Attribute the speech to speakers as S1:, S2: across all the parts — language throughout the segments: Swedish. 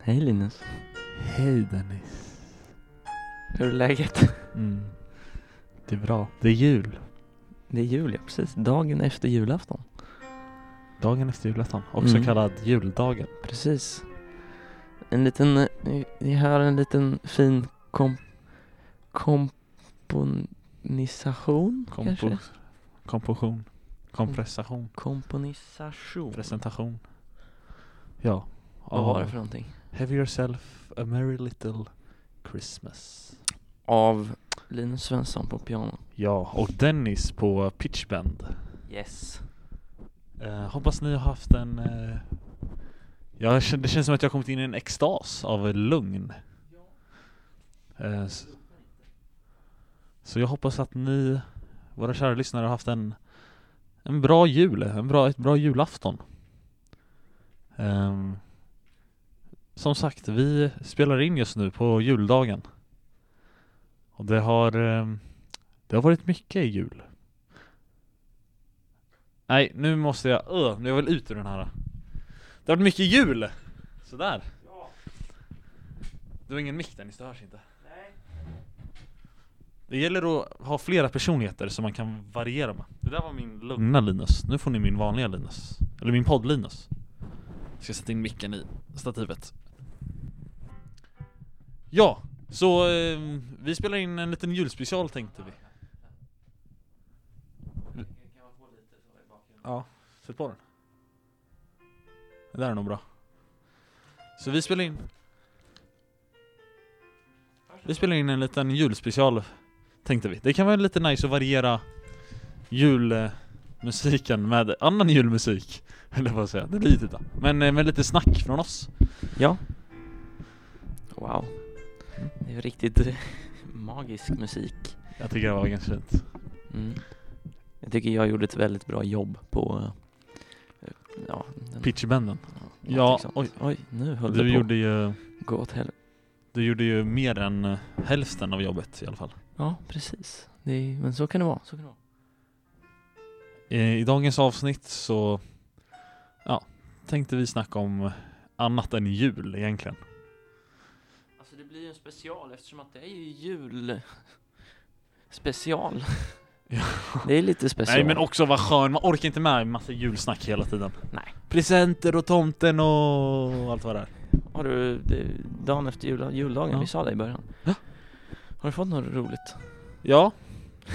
S1: Hej Linus.
S2: Hej Dennis.
S1: Hur är läget?
S2: Mm. Det är bra. Det är jul.
S1: Det är jul, ja precis. Dagen efter julafton.
S2: Dagen efter julafton. Också
S1: Mm.
S2: kallad juldagen.
S1: Precis. En liten, eh, vi har en liten fin kom, komponisation kanske?
S2: Kompo- komposition. Kompressation.
S1: Komponisation.
S2: Presentation. Ja.
S1: Vad
S2: Av
S1: var det för någonting?
S2: Have yourself a merry little Christmas.
S1: Av Linus Svensson på piano.
S2: Ja, och Dennis på Pitchbend.
S1: Yes.
S2: Eh, hoppas ni har haft en... Eh, jag, kän- det känns som att jag har kommit in i en extas av lugn. Eh, s- så jag hoppas att ni, våra kära lyssnare, har haft en, en bra jul, en bra, ett bra julafton. Ehm, som sagt, vi spelar in just nu på juldagen. Och det har, ehm, det har varit mycket i jul. Nej, nu måste jag, öh, nu är jag väl ut ur den här Det har varit mycket jul! Sådär Du har ingen mick Dennis, det hörs inte Det gäller att ha flera personligheter som man kan variera med Det där var min lugna Linus, nu får ni min vanliga Linus Eller min podd Linus jag Ska sätta in micken i stativet Ja, så eh, vi spelar in en liten julspecial tänkte vi Ja, sätt på den. Det där är nog bra. Så vi spelar in... Vi spelar in en liten julspecial, tänkte vi. Det kan vara lite nice att variera julmusiken med annan julmusik. Eller vad säger jag? Det blir lite då. Men eh, med lite snack från oss.
S1: Ja. Wow. Det är ju riktigt eh, magisk musik.
S2: Jag tycker det var ganska fint.
S1: Mm. Jag tycker jag gjorde ett väldigt bra jobb på eh, ja, den,
S2: Pitchbanden.
S1: någonting
S2: ja,
S1: sånt.
S2: oj.
S1: oj, nu höll det
S2: Du
S1: på
S2: gjorde ju...
S1: gå åt helvete.
S2: Du gjorde ju mer än eh, hälften av jobbet i alla fall.
S1: Ja, precis. Det är, men så kan det vara. Så kan det vara.
S2: Eh, I dagens avsnitt så ja, tänkte vi snacka om annat än jul egentligen.
S1: Alltså det blir ju en special eftersom att det är ju jul special.
S2: Ja.
S1: Det är lite special.
S2: Nej men också vad skön, man orkar inte med en massa julsnack hela tiden.
S1: Nej.
S2: Presenter och tomten och allt vad det är.
S1: Har du, det, dagen efter jul, juldagen,
S2: Ja.
S1: vi sa det i början.
S2: Ja.
S1: Har du fått något roligt?
S2: Ja,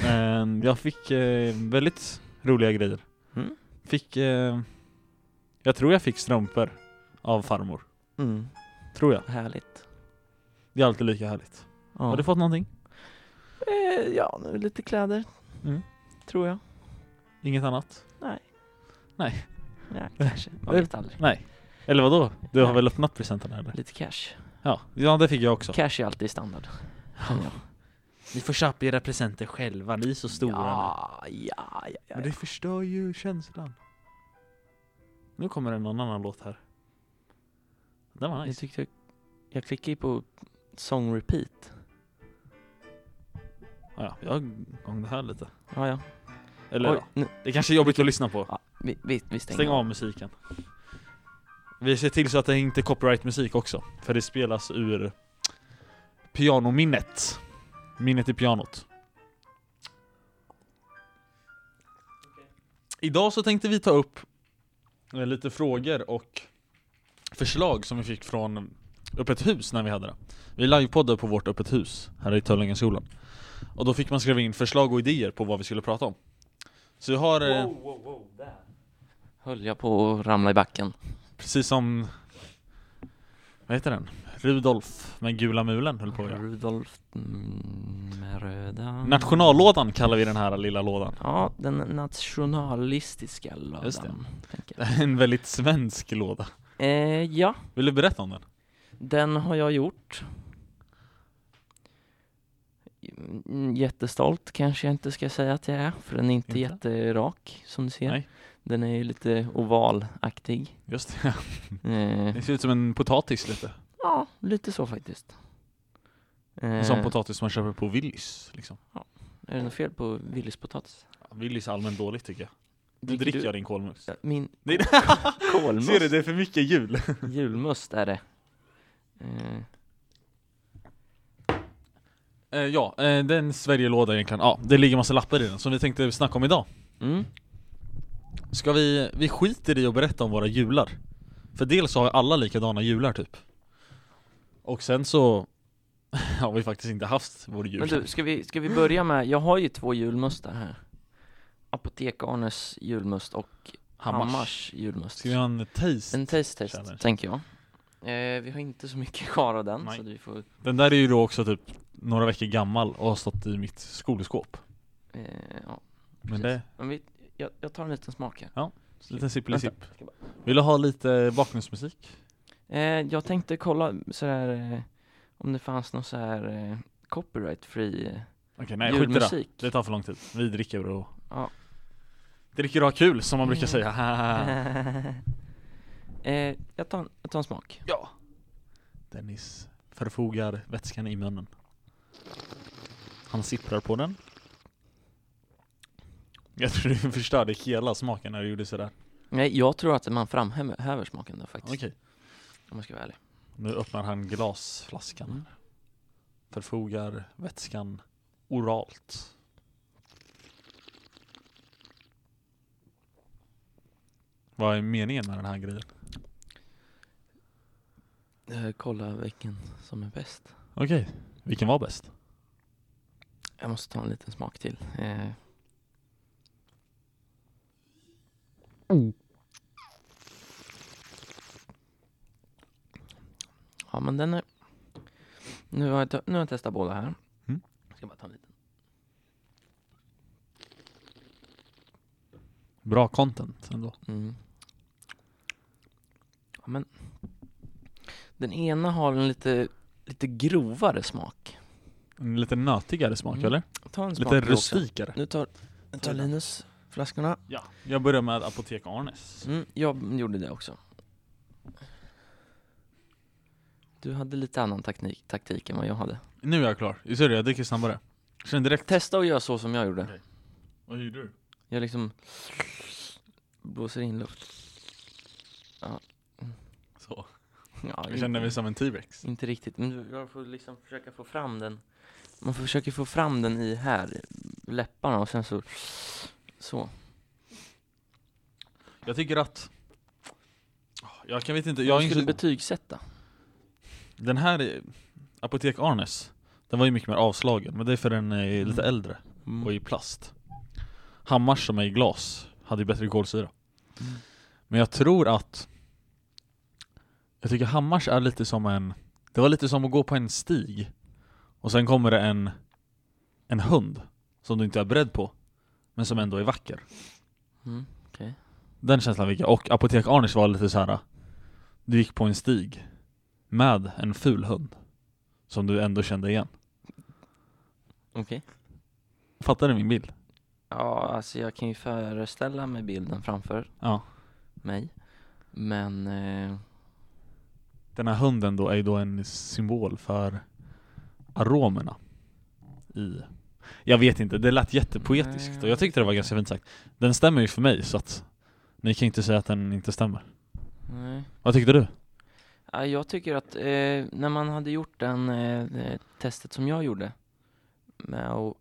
S2: eh, jag fick eh, väldigt roliga grejer.
S1: Mm.
S2: Fick, eh, jag tror jag fick strumpor av farmor.
S1: Mm.
S2: Tror jag.
S1: Härligt.
S2: Det är alltid lika härligt.
S1: Ja.
S2: Har du fått någonting?
S1: eh, ja, nu lite kläder.
S2: Mm.
S1: Tror jag.
S2: Inget annat?
S1: Nej.
S2: Nej.
S1: Ja, kanske. Man vet aldrig.
S2: Nej. Eller vadå? Du har
S1: Nej.
S2: väl öppnat presenterna eller?
S1: Lite cash.
S2: Ja, ja det fick jag också.
S1: Cash är alltid standard. Ja.
S2: Ni får köpa era presenter själva, ni är så
S1: Ja, ja, ja, ja.
S2: Men det förstör ju känslan. Nu kommer en någon annan låt här. Den var
S1: Jag
S2: nice.
S1: tyckte jag, jag klickade ju på song repeat.
S2: Ja, ja, jag gång det här lite.
S1: Ja, ja.
S2: Eller
S1: Oj,
S2: ja,
S1: nu,
S2: det kanske är jobbigt att lyssna på.
S1: ja, vi, vi, vi stänger
S2: Stäng av musiken. Vi ser till så att det inte är copyright-musik också. För det spelas ur pianominnet. Minnet i pianot. Idag så tänkte vi ta upp eh, lite frågor och förslag som vi fick från Öppet hus när vi hade det. Vi livepoddade på vårt Öppet hus här i Töllingeskolan. Och då fick man skriva in förslag och idéer på vad vi skulle prata om. Så jag har... eh,
S1: Höll jag på att ramla i backen.
S2: Precis som Vad heter den? Rudolf med gula mulen höll på att göra.
S1: Rudolf mm, med röda...
S2: Nationallådan kallar vi den här lilla lådan
S1: Ja, den nationalistiska
S2: Just det.
S1: lådan. tänker
S2: Det
S1: jag.
S2: är en väldigt svensk låda
S1: Eh, ja,
S2: Vill du berätta om den?
S1: den har jag gjort. Mm, Jättestolt kanske jag inte ska säga att jag är, för den är inte,
S2: Inte?
S1: jätterak som du ser.
S2: Nej.
S1: Den är ju lite ovalaktig.
S2: Just det,
S1: Eh,
S2: det ser ut som en potatis lite
S1: Ja, lite så faktiskt.
S2: En
S1: Eh,
S2: sån potatis som man köper på Willys liksom
S1: Är det något fel på Willys potatis?
S2: Ja, Willys är allmänt dåligt tycker jag Nu dricker jag din kolmust
S1: Min
S2: Nej,
S1: kolmust,
S2: Ser du, det är för mycket jul
S1: julmust är det. Eh,
S2: Eh, ja, eh, det är en Sverigelåda egentligen. Ja, det ligger massa lappar i den som vi tänkte snacka om idag.
S1: mm.
S2: Ska vi, vi skiter i att berätta om våra jular. För dels så har alla likadana jular typ. Och sen så har vi faktiskt inte haft vår jul.
S1: Men du, ska vi, ska vi börja med, jag har ju två julmustar här. Apotek-Arnes julmust och Hammars, julmust.
S2: Ska vi ha en taste?
S1: En taste test,
S2: Challenge.
S1: tänker jag. Eh, vi har inte så mycket kvar av den,
S2: Nej.
S1: så vi får...
S2: Den där är ju då också typ några veckor gammal och har stått i mitt skolskåp.
S1: Eh, ja. Precis.
S2: Men det,
S1: Men vi, jag, jag tar en liten smak här.
S2: liten sippelisipp.
S1: Vänta, ska
S2: Vill du ha lite bakgrundsmusik?
S1: Eh, jag tänkte kolla sådär, eh, om det fanns någon så här eh, copyright free eh,
S2: Okej, nej skit i det.
S1: julmusik.
S2: Det tar för lång tid. Vi dricker och...
S1: Ja. Skit
S2: Dricker och har kul som man brukar
S1: Mm.
S2: säga. Haha.
S1: eh, jag, tar, en- jag tar en smak.
S2: ja. Dennis förfogar vätskan i munnen. Han sipprar på den. Jag tror du förstörde hela smaken när du gjorde sådär.
S1: Nej, jag tror att man framhäver smaken då faktiskt.
S2: Okej,
S1: Om jag ska vara ärlig.
S2: nu öppnar han glasflaskan.
S1: Mm.
S2: Förfogar vätskan oralt. Vad är meningen med den här grejen?
S1: Eh, kolla vilken som är bäst.
S2: Okej, vilken var bäst?
S1: Jag måste ta en liten smak till. Eh. Ja men den är... Nu har jag, te- nu har jag testat båda här.
S2: Mm.
S1: Jag ska bara ta en liten.
S2: Bra content ändå.
S1: Mm. Ja, men... Den ena har en lite, lite grovare smak.
S2: En lite nötigare smak
S1: Mm.
S2: eller?
S1: Ta en smak
S2: Lite
S1: du också.
S2: rustikare.
S1: Nu tar, nu tar Linus flaskorna.
S2: Ja, jag börjar med Apotek Arnes.
S1: Mm, jag gjorde det också. Du hade lite annan taktik, taktik än vad jag hade.
S2: Nu är jag klar. Är du jag dricker snabbare. Känner direkt.
S1: Testa att göra så som jag gjorde.
S2: Vad gjorde du?
S1: Jag liksom blåser in luft.
S2: Så.
S1: Ja,
S2: Jag känner mig
S1: inte,
S2: som en T-Rex.
S1: inte riktigt, men du- jag får liksom försöka få fram den. Man får försöka få fram den i här, läpparna och sen så, så.
S2: Jag tycker att... Jag kan vet inte, jag
S1: Jag
S2: är
S1: skulle
S2: inte...
S1: betygsätta.
S2: Den här eh, Apotek Arnes, den var ju mycket mer avslagen. Men det är för den är lite
S1: Mm.
S2: äldre och i plast. Hammars som är i glas hade ju bättre kolsyra.
S1: Mm.
S2: Men jag tror att Jag tycker Hammars är lite som en Det var lite som att gå på en stig Och sen kommer det en En hund Som du inte är beredd på Men som ändå är vacker
S1: Mm, okej.
S2: Den känslan fick jag och Apotek Arnes var lite så här. Du gick på en stig Med en ful hund Som du ändå kände igen
S1: Okej.
S2: Fattar du min bild?
S1: Ja, alltså jag kan ju föreställa mig bilden framför
S2: Ja
S1: mig. Men, eh,
S2: Den här hunden då är ju då en symbol för aromerna i Jag vet inte, det lät jättepoetiskt och jag tyckte det var ganska fint sagt Den stämmer ju för mig så att Ni kan ju inte säga att den inte stämmer
S1: nej.
S2: Vad tyckte du?
S1: Ja, jag tycker att eh, när man hade gjort den, eh, det testet som jag gjorde med att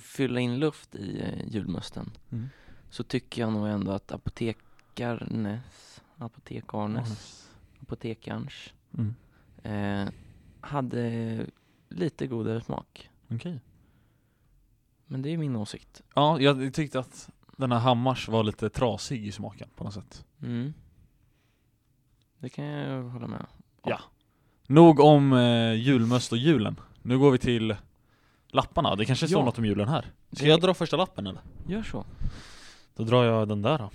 S1: fylla in luft i eh, julmusten
S2: Mm.
S1: så tycker jag nog ändå att apotekarnes, apotekarnes, apotekarns
S2: Mm.
S1: eh, hade lite godare smak.
S2: Okej
S1: Men det är min åsikt.
S2: Ja, jag tyckte att den här Hammars var lite trasig i smaken på något sätt
S1: Mm. Det kan jag hålla med om.
S2: Nog om eh, julmöst och julen Nu går vi till lapparna, det kanske står
S1: Ja.
S2: något om julen här Ska
S1: Det-
S2: jag dra första lappen eller?
S1: Gör så.
S2: Då drar jag den där då.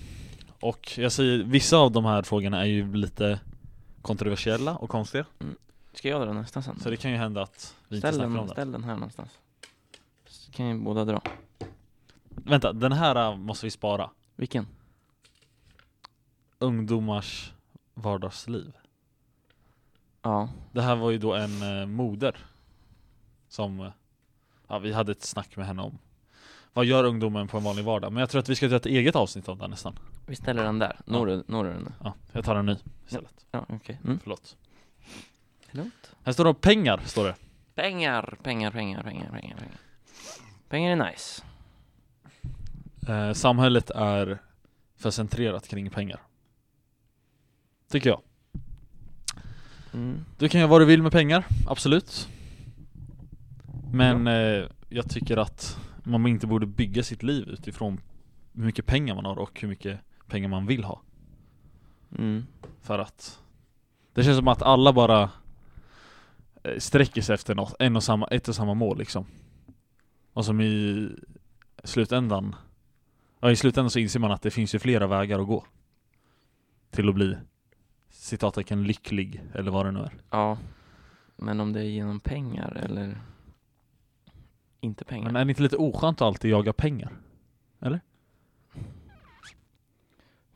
S2: Och jag säger, vissa av de här frågorna är ju lite kontroversiella och konstiga.
S1: Ska jag dra nästa sen?
S2: Så det kan ju hända att vi inte
S1: ställ,
S2: snackar om
S1: den,
S2: det.
S1: ställ den här någonstans. Så kan ju båda dra.
S2: Vänta, den här äh, måste vi spara.
S1: Vilken?
S2: Ungdomars vardagsliv.
S1: Ja.
S2: Det här var ju då en eh, moder. Som, eh, ja vi hade ett snack med henne om. Vad gör ungdomen på en vanlig vardag? Men jag tror att vi ska göra ett eget avsnitt av den nästan.
S1: Vi ställer den där. Når du, når du den?
S2: Ja, jag tar en ny istället.
S1: Ja, okej. Mm.
S2: Förlåt.
S1: Det är lugnt.
S2: Här står det om pengar, står det.
S1: Pengar, pengar, pengar, pengar, pengar, pengar. Pengar är nice.
S2: Eh, samhället är för centrerat kring pengar. Tycker jag.
S1: Mm.
S2: Du kan göra vad du vill med pengar, absolut. Men eh, jag tycker att man inte borde bygga sitt liv utifrån hur mycket pengar man har och hur mycket pengar man vill ha.
S1: Mm.
S2: För att det känns som att alla bara eh, sträcker sig efter något, en och samma, ett och samma mål liksom. Och som i slutändan, ja i slutändan så inser man att det finns ju flera vägar att gå. Till att bli citattecken lycklig eller vad det nu är.
S1: Ja. Men om det är genom pengar eller inte pengar.
S2: Men är det inte lite oskönt att alltid jaga pengar?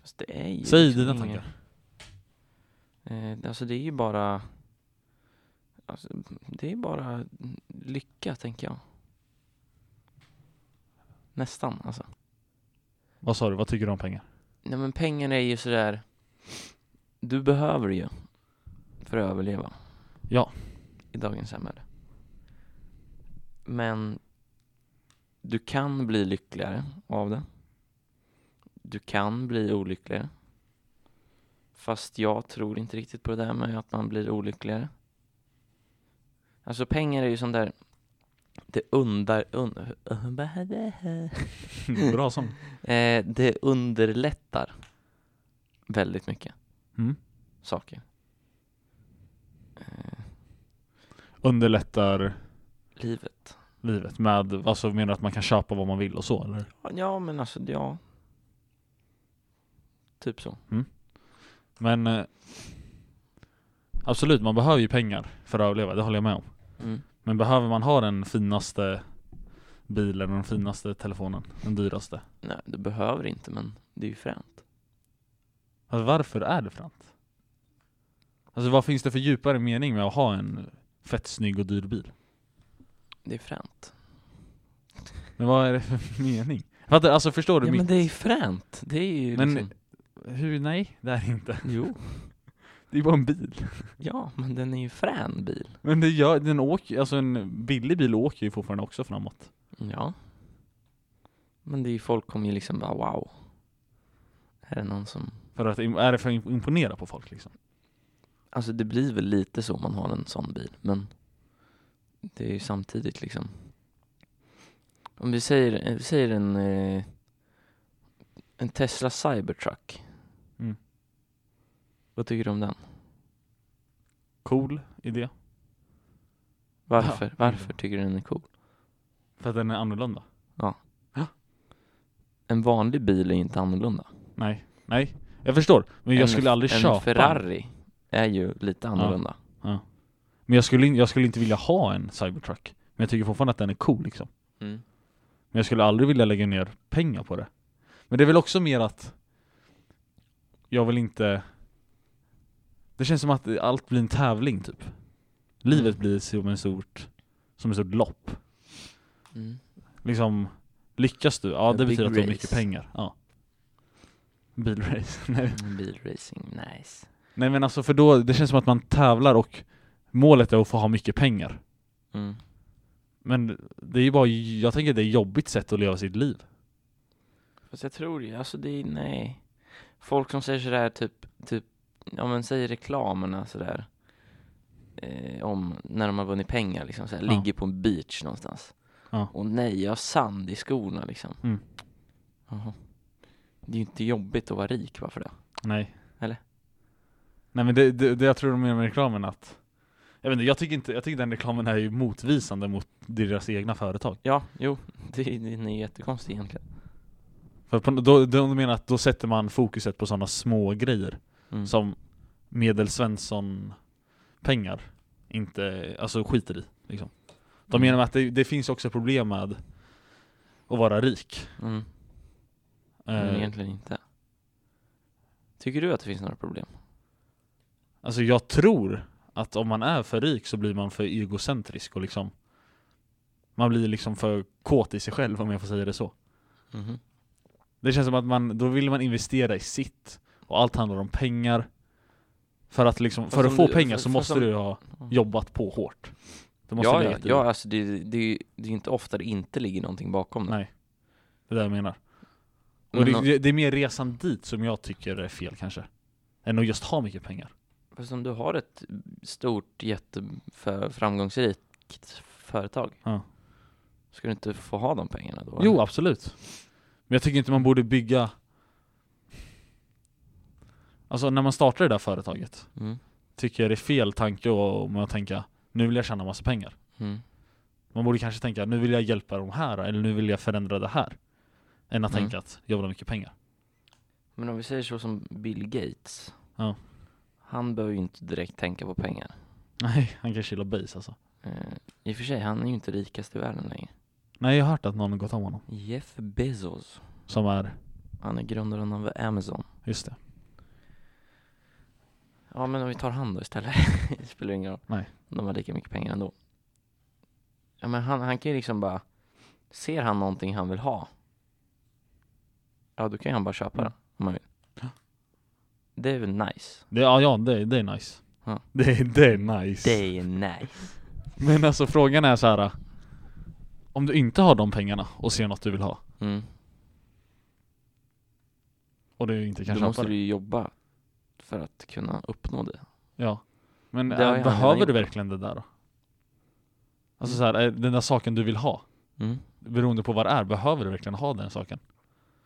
S1: Fast det är ju
S2: Säg
S1: liksom
S2: dina
S1: inga-
S2: tankar.
S1: Eh, alltså det är ju bara alltså, Det är bara lycka tänker jag Nästan alltså
S2: Vad sa du? Vad tycker du om pengar?
S1: Nej men pengar är ju sådär Du behöver det ju För att överleva
S2: Ja.
S1: I dagens samhälle Men Du kan bli lyckligare av det Du kan bli olyckligare Fast jag tror inte riktigt på det där med att man blir olyckligare Alltså pengar är ju sånt där Det undar, un,
S2: Bra sång.
S1: Eh, det underlättar väldigt mycket
S2: Mm.
S1: saker.
S2: Underlättar
S1: Livet.
S2: livet med, alltså menar du att man kan köpa vad man vill och så eller?
S1: Ja, men alltså, ja. Typ så.
S2: Men eh, Absolut, man behöver ju pengar för att överleva, det håller jag med om.
S1: Mm.
S2: Men behöver man ha den finaste bilen och den finaste telefonen, den dyraste?
S1: Nej, du behöver inte, men det är ju fränt.
S2: Alltså varför är det fränt? Alltså vad finns det för djupare mening med att ha en fett snygg och dyr bil?
S1: Det är fränt.
S2: Men vad är det för mening? Fattar, alltså förstår du
S1: Ja,
S2: mitt?
S1: men det är fränt. Det är ju
S2: Men-
S1: liksom...
S2: Hur, nej, det är det inte.
S1: Jo.
S2: Det är bara en bil.
S1: Ja, men den är ju frän bil.
S2: Men det gör, den åker, alltså en billig bil åker ju fortfarande också framåt.
S1: Ja. Men det är ju folk kommer ju liksom bara wow. Är det någon som...
S2: För att, är det för att imponera på folk liksom?
S1: Alltså det blir väl lite så om man har en sån bil, men det är ju samtidigt liksom. Om vi säger, eh, vi säger en, eh, en Tesla Cybertruck.
S2: Mm.
S1: Vad tycker du om den?
S2: Cool idé.
S1: Varför,
S2: Ja,
S1: varför tycker du den är cool?
S2: För att den är annorlunda.
S1: En vanlig bil är ju inte annorlunda.
S2: Nej, nej. Jag förstår. Men jag
S1: en,
S2: skulle aldrig
S1: en
S2: köpa.
S1: Ferrari är ju lite annorlunda.
S2: Men jag skulle, in- jag skulle inte vilja ha en Cybertruck. Men jag tycker fortfarande att den är cool liksom.
S1: Mm.
S2: Men jag skulle aldrig vilja lägga ner pengar på det. Men det är väl också mer att jag vill inte... Det känns som att allt blir en tävling typ. Livet blir som en stort, som ett stort lopp.
S1: Mm.
S2: Liksom, lyckas du? Ja,
S1: A
S2: det
S1: big
S2: betyder att du har
S1: race.
S2: mycket pengar. Ja. Bilrace. Nej.
S1: Mm, Bilracing, nice.
S2: Nej men alltså för då, det känns som att man tävlar och målet är att få ha mycket pengar.
S1: Mm.
S2: Men det är ju bara, jag tänker det är ett jobbigt sätt att leva sitt liv.
S1: Fast jag tror ju, alltså det är, nej. Folk som säger sådär typ, typ, ja men säger reklamerna sådär. Eh, om när de har vunnit pengar liksom, såhär,
S2: Ja.
S1: ligger på en beach någonstans.
S2: Ja.
S1: Och nej, jag har sand i skorna liksom.
S2: Mm.
S1: Jaha. Det är ju inte jobbigt att vara rik bara för det.
S2: Nej.
S1: Eller?
S2: Nej men det, det, det jag tror de menar med reklamen att jag vet inte, jag tycker inte, jag tycker den reklamen är ju motvisande mot deras egna företag.
S1: Ja, jo, det, den är ju jättekonstig egentligen.
S2: För på, då, de menar att då sätter man fokuset på sådana små grejer
S1: Mm.
S2: som medelsvensson pengar inte, alltså skiter i liksom. De
S1: Mm.
S2: menar med att det, det finns också problem med att vara rik.
S1: Mm. Men
S2: Eh,
S1: egentligen inte. Tycker du att det finns några problem?
S2: alltså jag tror att om man är för rik så blir man för egocentrisk och liksom man blir liksom för kåt i sig själv om jag får säga det så.
S1: Mhm.
S2: Det känns som att man, då vill man investera i sitt och allt handlar om pengar. För att, liksom,
S1: Fast
S2: för att
S1: om
S2: få
S1: du-
S2: pengar
S1: fast-
S2: så
S1: fast
S2: måste
S1: om-
S2: du ha jobbat på hårt. Du måste
S1: ja,
S2: ha
S1: ja,
S2: legat i
S1: ja,
S2: det.
S1: alltså det, det, är ju- det är inte ofta det inte ligger någonting bakom det.
S2: Nej. Det är det jag menar. Och
S1: Men
S2: det,
S1: om-
S2: det, det är mer resan dit som jag tycker är fel kanske. Än att just ha mycket pengar.
S1: Fast om du har ett stort, jätteframgångsrikt företag,
S2: Ja.
S1: ska du inte få ha de pengarna då?
S2: Jo,
S1: eller?
S2: absolut. Men jag tycker inte man borde bygga... Alltså när man startar det där företaget
S1: Mm.
S2: tycker jag det är fel tanke och- om man tänker nu vill jag tjäna massa pengar.
S1: Mm.
S2: Man borde kanske tänka nu vill jag hjälpa de här eller nu vill jag förändra det här. Än att
S1: Mm.
S2: tänka att jag vill ha mycket pengar.
S1: Men om vi säger så som Bill Gates.
S2: Ja.
S1: Han behöver ju inte direkt tänka på pengar.
S2: Nej, han kanske gillar base alltså.
S1: Eh, I och för sig, han är ju inte rikast i världen längre.
S2: Nej, jag har hört att någon har gått om honom.
S1: Jeff Bezos.
S2: Som är,
S1: Han är grundaren av Amazon.
S2: just det.
S1: Ja, men om vi tar han då istället. det spelar ingen roll.
S2: Nej.
S1: De har lika mycket pengar ändå. Ja, men han, han kan ju liksom bara... Ser han någonting han vill ha? Ja, då kan ju han bara köpa
S2: Mm.
S1: det om han vill.
S2: Ja.
S1: Det är väl nice?
S2: det ja, ja det, det är nice.
S1: Ja.
S2: Det, det är nice.
S1: Det är nice.
S2: Men alltså frågan är så här. Om du inte har de pengarna och ser något du vill ha
S1: Mm.
S2: och du inte kan
S1: Då
S2: köpa
S1: måste
S2: det.
S1: du ju jobba för att kunna uppnå det.
S2: Ja. Men
S1: Det har
S2: äh,
S1: ju han
S2: behöver
S1: redan
S2: du
S1: gjort.
S2: verkligen det där då? Alltså så här, är den där saken du vill ha,
S1: Mm.
S2: beroende på vad det är, behöver du verkligen ha den saken?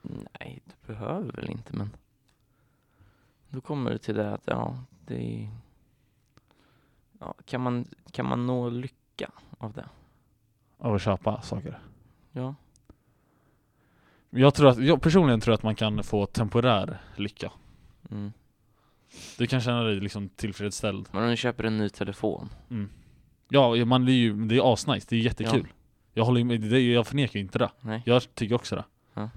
S1: Nej, du behöver väl inte, men då kommer du till det att ja, det är... Ja, kan, man, kan man nå lycka av det?
S2: Av att köpa saker?
S1: Ja.
S2: Jag, tror att, jag personligen tror att man kan få temporär lycka.
S1: Mm.
S2: Du kan känna dig liksom tillfredsställd.
S1: Men om du köper en ny telefon.
S2: Ja, man, det är ju det är asnice, det är jättekul. Jag, håller, ju med- det, jag förnekar ju inte det.
S1: Nej.
S2: Jag tycker också det.
S1: Ja.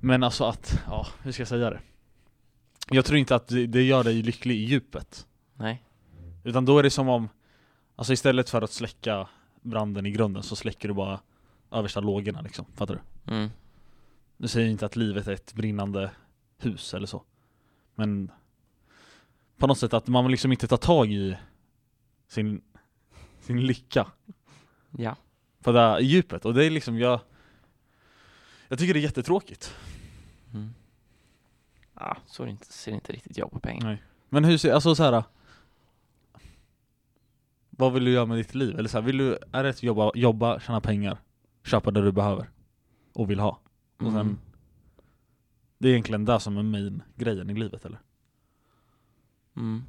S2: Men alltså att, ja, hur ska jag säga det? Jag tror inte att det, det gör dig lycklig i djupet.
S1: Nej.
S2: Utan då är det som om, alltså istället för att släcka branden i grunden så släcker du bara översta lågorna liksom, fattar du?
S1: Mm.
S2: Nu säger jag inte att livet är ett brinnande hus eller så. Men på något sätt att man vill liksom inte ta tag i sin, sin lycka
S1: Ja.
S2: på det här djupet. Och det är liksom, jag, jag tycker det är jättetråkigt.
S1: Mm. Ah, så är det inte, ser inte riktigt jag på pengar.
S2: Nej. Men hur ser, alltså så här. Vad vill du göra med ditt liv? Eller så här, vill du, är det att jobba, jobba, tjäna pengar, köpa det du behöver och vill ha? Och sen,
S1: Mm.
S2: Det är egentligen det som är main grejen i livet eller?
S1: Mm.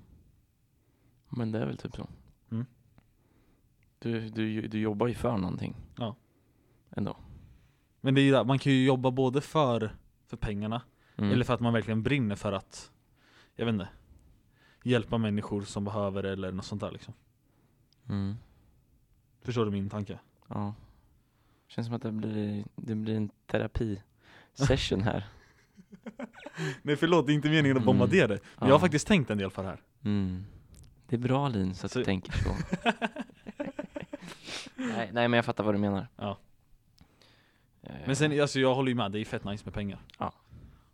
S1: Men det är väl typ så.
S2: Mm.
S1: Du, du, du jobbar ju för någonting.
S2: Ja.
S1: Ändå.
S2: Men det är ju där, man kan ju jobba både för, för pengarna,
S1: Mm.
S2: eller för att man verkligen brinner för att, jag vet inte, hjälpa människor som behöver det eller något sånt där liksom.
S1: Mm.
S2: Förstår du min tanke?
S1: Ja. Känns som att det blir, det blir en terapi-session här.
S2: Nej förlåt, det är inte meningen att
S1: Mm.
S2: bombardera dig. Men jag
S1: Ja.
S2: har faktiskt tänkt en del på det här.
S1: Mm. Det är bra Linus att du
S2: Så-
S1: tänker så. nej, nej men jag fattar vad du menar.
S2: Ja.
S1: Eh,
S2: Men sen, alltså jag håller ju med, det är ju fett nice med pengar
S1: Ja.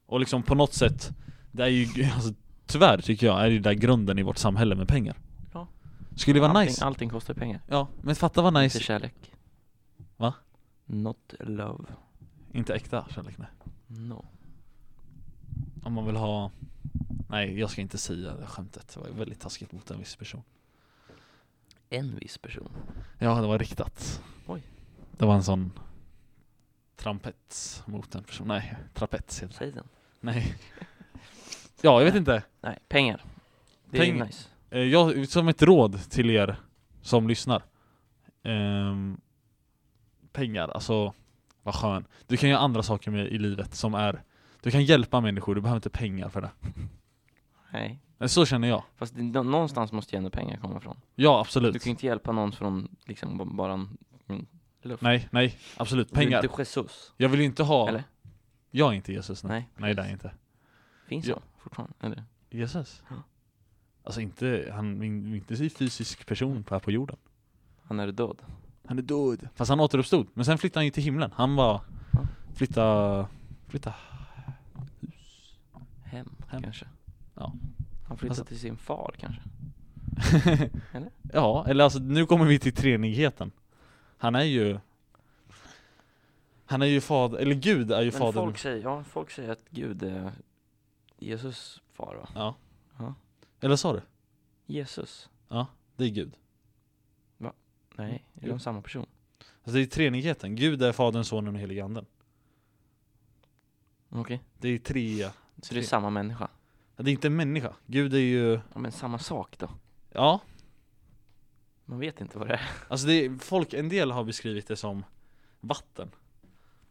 S2: Och liksom på något sätt Det är ju, alltså, tyvärr tycker jag, är ju där grunden i vårt samhälle med pengar
S1: Ja.
S2: Skulle det vara
S1: allting,
S2: nice?
S1: allting kostar pengar.
S2: Ja, men fatta vad nice
S1: Inte kärlek.
S2: Va?
S1: Not love.
S2: Inte äkta kärlek nej
S1: No.
S2: Om man vill ha Nej jag ska inte säga det skämtet, det var väldigt taskigt mot en viss person
S1: En viss person.
S2: Ja det var riktat
S1: Oj.
S2: Det var en sån Trampets mot en person, nej trapets heter det
S1: Säg den.
S2: Nej Ja jag vet inte
S1: Nej, pengar. Det
S2: Peng-
S1: är nice.
S2: Eh, jag, som ett råd till er som lyssnar. Ehm, pengar, alltså vad skön. Du kan göra andra saker med i livet som är, du kan hjälpa människor, du behöver inte pengar för det.
S1: Nej.
S2: Men Så känner jag.
S1: Fast det, nå- någonstans måste ju ändå pengar komma ifrån.
S2: Ja
S1: Du
S2: absolut.
S1: kan ju inte hjälpa någon från liksom b- bara en en luft.
S2: Nej, nej, absolut.
S1: Du är
S2: Pengar.
S1: Inte Jesus.
S2: Jag vill ju inte ha,
S1: Eller?
S2: jag är inte Jesus nej.
S1: Nej.
S2: Nej det är jag inte.
S1: Finns
S2: Ja.
S1: han fortfarande? Eller?
S2: Jesus?
S1: Ja.
S2: Alltså inte, han min- inte en fysisk person på- här på jorden.
S1: Han är död.
S2: Han är död. Fast han återuppstod. Men sen flyttade han ju till himlen. Han var,
S1: Ja.
S2: flytta, flytta
S1: Hem,
S2: Hem.
S1: kanske.
S2: Ja.
S1: Han flyttar
S2: Alltså-
S1: till sin far kanske. Eller?
S2: Ja, eller alltså nu kommer vi till treenigheten. Han är ju Han är ju fader, eller Gud är ju
S1: Men
S2: fader.
S1: folk säger, ja, folk säger att Gud är Jesus far
S2: Mm.
S1: va?
S2: Eller sa du?
S1: Jesus?
S2: Det är Gud.
S1: Nej, är
S2: Jo.
S1: de samma person?
S2: Alltså det är treenigheten. Gud är Fadern, Sonen och Helige Anden.
S1: Okej,
S2: Det är tre.
S1: så det är
S2: Tre.
S1: samma människa?
S2: Ja, Det är inte en människa. Gud är ju,
S1: Ja men samma sak då?
S2: ja.
S1: Man vet inte vad det är.
S2: Alltså det är, folk, en del har beskrivit det som vatten.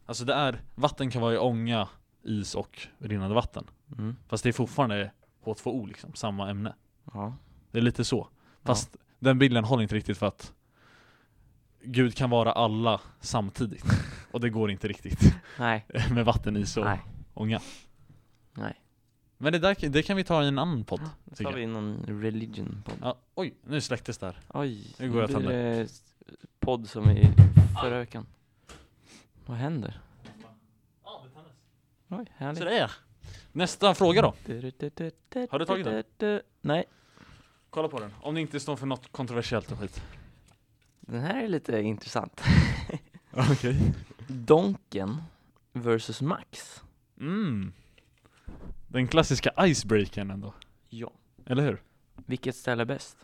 S2: Alltså det är, vatten kan vara i ånga, is och rinnande vatten.
S1: Mm.
S2: Fast det är fortfarande H2O liksom, samma ämne.
S1: Ja.
S2: Det är lite så. Fast den bilden håller inte riktigt för att Gud kan vara alla samtidigt. Och det går inte riktigt
S1: Nej,
S2: med vatten, is och
S1: nej,
S2: ånga.
S1: nej.
S2: Men det, där, det kan vi ta i en annan podd.
S1: Nu
S2: tycker
S1: tar vi in någon religion podd.
S2: Ja, oj, nu släcktes det eh, här.
S1: Oj,
S2: Nu går jag
S1: blir
S2: tänder.
S1: det s- podd som i förökan. Vad händer? Oj, härligt.
S2: Så det är. Nästa fråga då. Har du tagit
S1: den? Nej,
S2: Kolla på den. Om det inte står för något kontroversiellt och skit.
S1: den här är lite intressant.
S2: Okej.
S1: Donken versus Max.
S2: Mm. Den klassiska icebreakern ändå.
S1: Ja.
S2: Eller hur?
S1: Vilket ställe är bäst?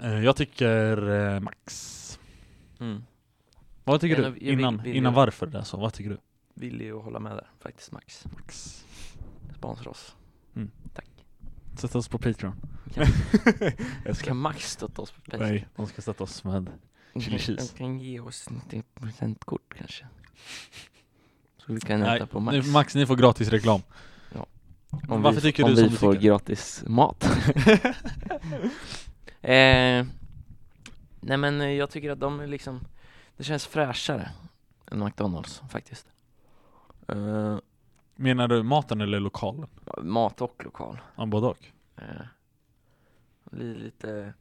S2: Eh, Jag tycker eh, Max.
S1: Mm.
S2: Vad tycker
S1: En
S2: du?
S1: av- jag vill-
S2: Innan,
S1: vill
S2: innan
S1: jag-
S2: varför det är så. Vad tycker du?
S1: Vill ju hålla med där, faktiskt Max.
S2: Max.
S1: Sponsra oss.
S2: Mm.
S1: Tack.
S2: Sätt oss på Patreon.
S1: Kan,
S2: Jag
S1: kan Max stötta oss på Patreon?
S2: Nej, de ska stötta oss med...
S1: De
S2: Chili
S1: kan-
S2: cheese.
S1: De kan ge oss ett presentkort kanske. Så vi kan
S2: Nej,
S1: äta på Max.
S2: Ni, Max, ni får gratis reklam.
S1: om
S2: varför
S1: vi,
S2: tycker
S1: om
S2: du som
S1: vi
S2: du
S1: får
S2: tycker?
S1: gratis mat. eh, nej men eh, jag tycker att de är liksom, det känns fräschare än McDonalds faktiskt. Eh,
S2: Menar du maten eller lokalen?
S1: mat och lokal.
S2: Ja, både och.
S1: Eh, blir lite,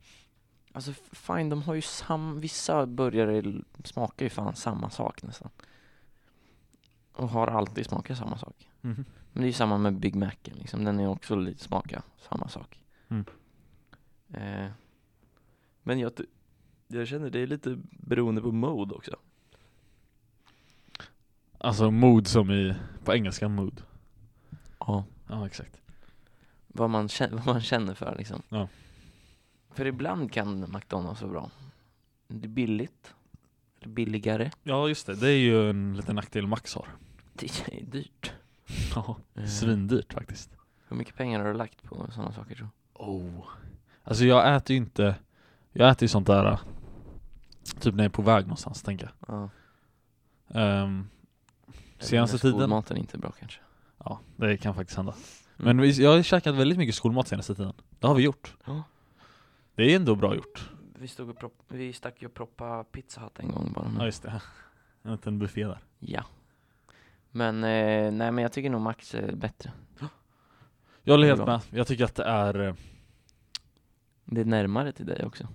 S1: alltså f- fine de har ju sam, vissa burgare l- smakar ju fan samma sak nästan. Och har alltid smakat samma sak.
S2: Mhm.
S1: Men det är ju samma med Big Macen liksom, den är också lite smaka, samma sak.
S2: Mm.
S1: Eh, men jag, ty- jag känner det är lite beroende på mode också.
S2: Alltså mood som i, på engelska mood.
S1: Ja.
S2: Ja, exakt.
S1: Vad man, känner, vad man känner för liksom.
S2: Ja.
S1: För ibland kan McDonalds vara bra. Det är billigt, eller billigare,
S2: Ja, just det. Det är ju en liten nackdel Max har.
S1: det är dyrt.
S2: Ja,
S1: Eh,
S2: svindyrt faktiskt.
S1: Hur mycket pengar har du lagt på sådana saker tror
S2: Oh. Alltså jag äter ju inte, jag äter ju sånt där, äh, typ när jag är på väg någonstans tänker jag.
S1: du? Ja.
S2: Ehm, Senaste tiden?
S1: Skolmaten är inte bra kanske.
S2: ja, det kan faktiskt hända.
S1: Mm.
S2: Men vi- jag har ju käkat väldigt mycket skolmat senaste tiden. Det har vi gjort.
S1: Ja. Mm.
S2: Det är ändå bra gjort.
S1: Vi, stod och propp, vi stack ju och proppa Pizza Hut en gång bara. men-
S2: Ja, just det. En liten buffé där.
S1: Ja. Men eh, nej men jag tycker nog Max är bättre.
S2: Jag håller helt med. Jag tycker att det är, eh,
S1: Det är närmare till dig också.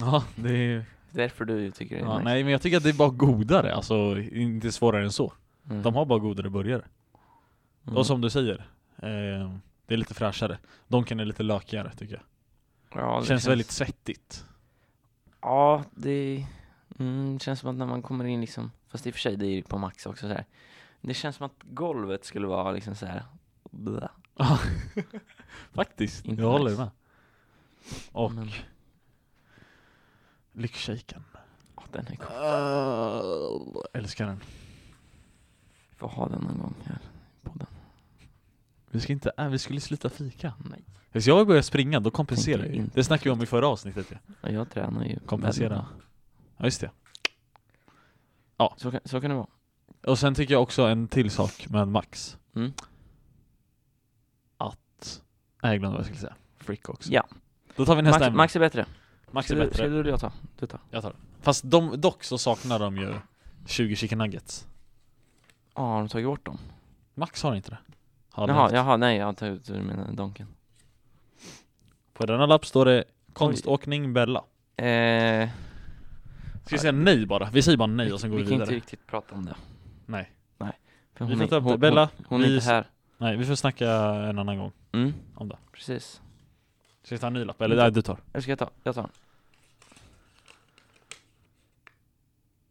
S2: ja, det är
S1: Det är därför du tycker det är
S2: Ja,
S1: nice.
S2: nej men jag tycker att det är bara godare, alltså inte svårare än så.
S1: Mm.
S2: De har bara godare burgare.
S1: Mm.
S2: Och som du säger, eh, det är lite fräschare. Donken är lite lökigare tycker jag.
S1: ja,
S2: känns, väldigt svettigt.
S1: Ja, det mm, känns som att när man kommer in liksom, fast i och för sig det är ju på Max också så här. Det känns som att golvet skulle vara liksom så här. Blä.
S2: Ja, Faktiskt,
S1: Inte
S2: jag håller
S1: nice.
S2: med. Och
S1: Men-
S2: lyckshaken.
S1: Ja, den är cool.
S2: Uh, älskar den.
S1: Vi får ha den någon gång här i podden.
S2: Vi, ska inte, äh, vi skulle sluta fika.
S1: Nej.
S2: Så jag börjar springa, då kompenserar
S1: Tänker
S2: jag ju.
S1: inte
S2: Det snackade vi om i förra avsnittet ju.
S1: Ja, jag tränar ju.
S2: Kompensera.
S1: väldigt bra.
S2: Ja just det.
S1: Så kan, så kan det vara.
S2: Och sen tycker jag också en till sak med Max.
S1: Mm.
S2: Att... Nej jag glömde vad jag skulle säga. Frick också.
S1: Ja.
S2: Då tar vi nästa
S1: Max,
S2: ämne.
S1: Max är bättre.
S2: Max
S1: Ska
S2: är
S1: du- Ska
S2: bättre.
S1: du eller jag ta? Du tar.
S2: Jag tar det. Fast de, dock så saknar de ju 20 chicken nuggets.
S1: Ja, har de tagit bort dem?
S2: Max har inte det. Har
S1: Jaha,
S2: Jaha,
S1: jaha, nej jag tar ut ur mina donken.
S2: På denna lapp står det konståkning Bella.
S1: Eh,
S2: Ska vi säga nej bara? Vi säger bara nej och sen går
S1: vi
S2: vi
S1: kan inte
S2: vidare.
S1: riktigt prata om det.
S2: Nej.
S1: För
S2: Vi
S1: hon
S2: får
S1: är-
S2: ta upp
S1: hon-
S2: det. Bella,
S1: hon, hon är
S2: vi-
S1: inte här.
S2: Nej, vi får snacka en annan gång
S1: Mm,
S2: om det.
S1: precis.
S2: Ska jag ta en ny lapp? Eller nej, du tar.
S1: Eller ska jag ta? Jag tar den.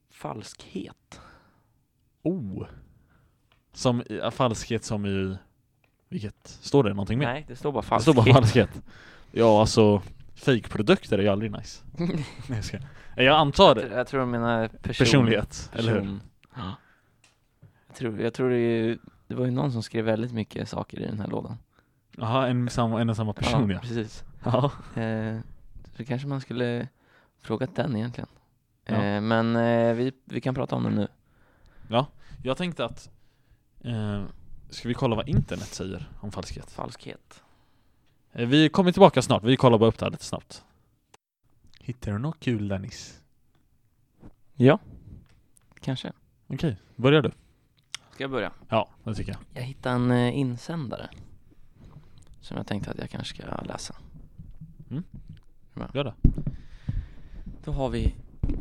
S1: Falskhet.
S2: Oh! Som i, ja, falskhet som i... Vilket? Står det någonting mer?
S1: Nej, det står bara
S2: det
S1: falskhet.
S2: står bara falskhet. Ja, alltså... Fejkprodukter är ju aldrig nice. Nej, jag ska. Jag antar
S1: Jag tror de menar Typ person.
S2: personlighet, eller hur?
S1: Person. Ja. Jag tror, jag tror det, är ju, det var ju någon som skrev väldigt mycket saker i den här lådan.
S2: Jaha, en, samma, en och samma person ja.
S1: Ja, precis.
S2: ja.
S1: Eh, så kanske man skulle frågat den egentligen.
S2: Ja.
S1: Eh, men eh, vi, vi kan prata om den nu.
S2: Jag tänkte att... Eh, ska vi kolla vad internet säger om falskhet?
S1: Falskhet.
S2: Eh, Vi kommer tillbaka snart, vi kollar bara upp det här lite snabbt. Hittar du något kul Dennis?
S1: Ja, kanske.
S2: Okej, börjar du?
S1: Ska jag börja?
S2: Ja, det tycker jag.
S1: Jag hittade en eh, insändare som jag tänkte att jag kanske ska läsa.
S2: Mm. Gör det.
S1: Då har vi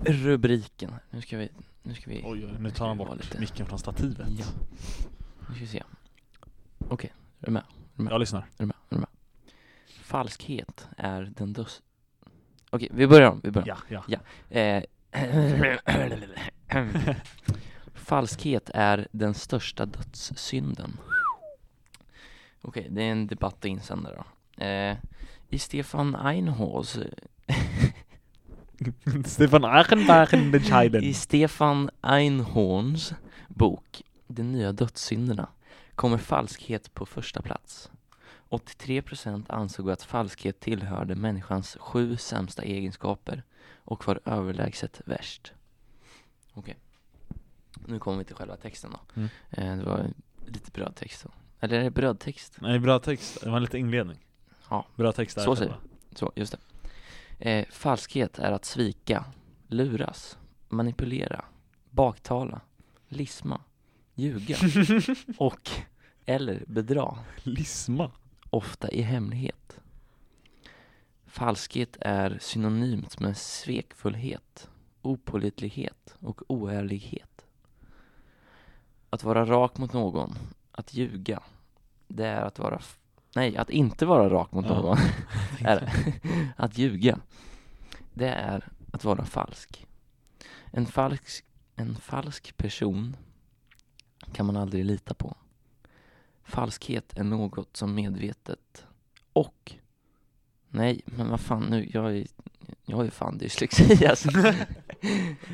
S1: rubriken. Nu ska vi... Nu ska vi
S2: Oj, oj, nu tar han
S1: Det var
S2: bort
S1: lite-
S2: micken från stativet.
S1: Ja. Nu ska vi se. Okej, är du med?
S2: Jag lyssnar.
S1: Är du med? Är du med? Falskhet är den döds... Okej, vi börjar om. Vi börjar.
S2: Ja, ja.
S1: Eh, Falskhet är den största dödssynden. Okej, det är en debatt och insändare då. Eh, I Stefan Einhorns...
S2: Stefan Achenbachen the
S1: I Stefan Einhorns bok De nya dödssynderna kommer falskhet på första plats. 83% ansåg att falskhet tillhörde människans sju sämsta egenskaper och var överlägset värst. Okej. Nu kommer vi till själva texten då.
S2: Mm.
S1: Eh, Det var lite brödtext då. Eller är det brödtext?
S2: Nej, bra text. Det var en liten inledning.
S1: Ja.
S2: Bra text där.
S1: Så säger Så, just det. Eh, falskhet är att svika, luras, manipulera, baktala, lisma, ljuga och eller bedra,
S2: Lisma.
S1: ofta i hemlighet. Falskhet är synonymt med svekfullhet, opålitlighet och oärlighet. Att vara rak mot någon, att ljuga, det är att vara... F- Nej, att inte vara rak mot
S2: Ja.
S1: någon är att ljuga. Det är att vara falsk. En falsk, en falsk person kan man aldrig lita på. Falskhet är något som medvetet och Nej, men vad fan nu, jag är, jag är fan dyslexi alltså.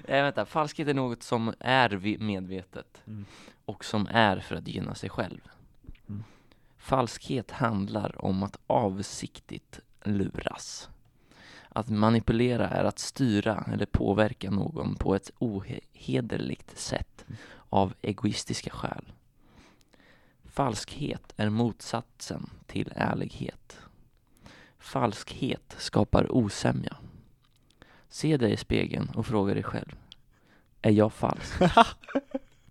S1: Nej, vänta, falskhet är något som är vi- medvetet
S2: Mm.
S1: och som är för att gynna sig själv.
S2: Mm.
S1: Falskhet handlar om att avsiktligt luras. Att manipulera är att styra eller påverka någon på ett ohederligt sätt av egoistiska skäl. Falskhet är motsatsen till ärlighet. Falskhet skapar osämja. Se dig i spegeln och fråga dig själv. Är jag falsk?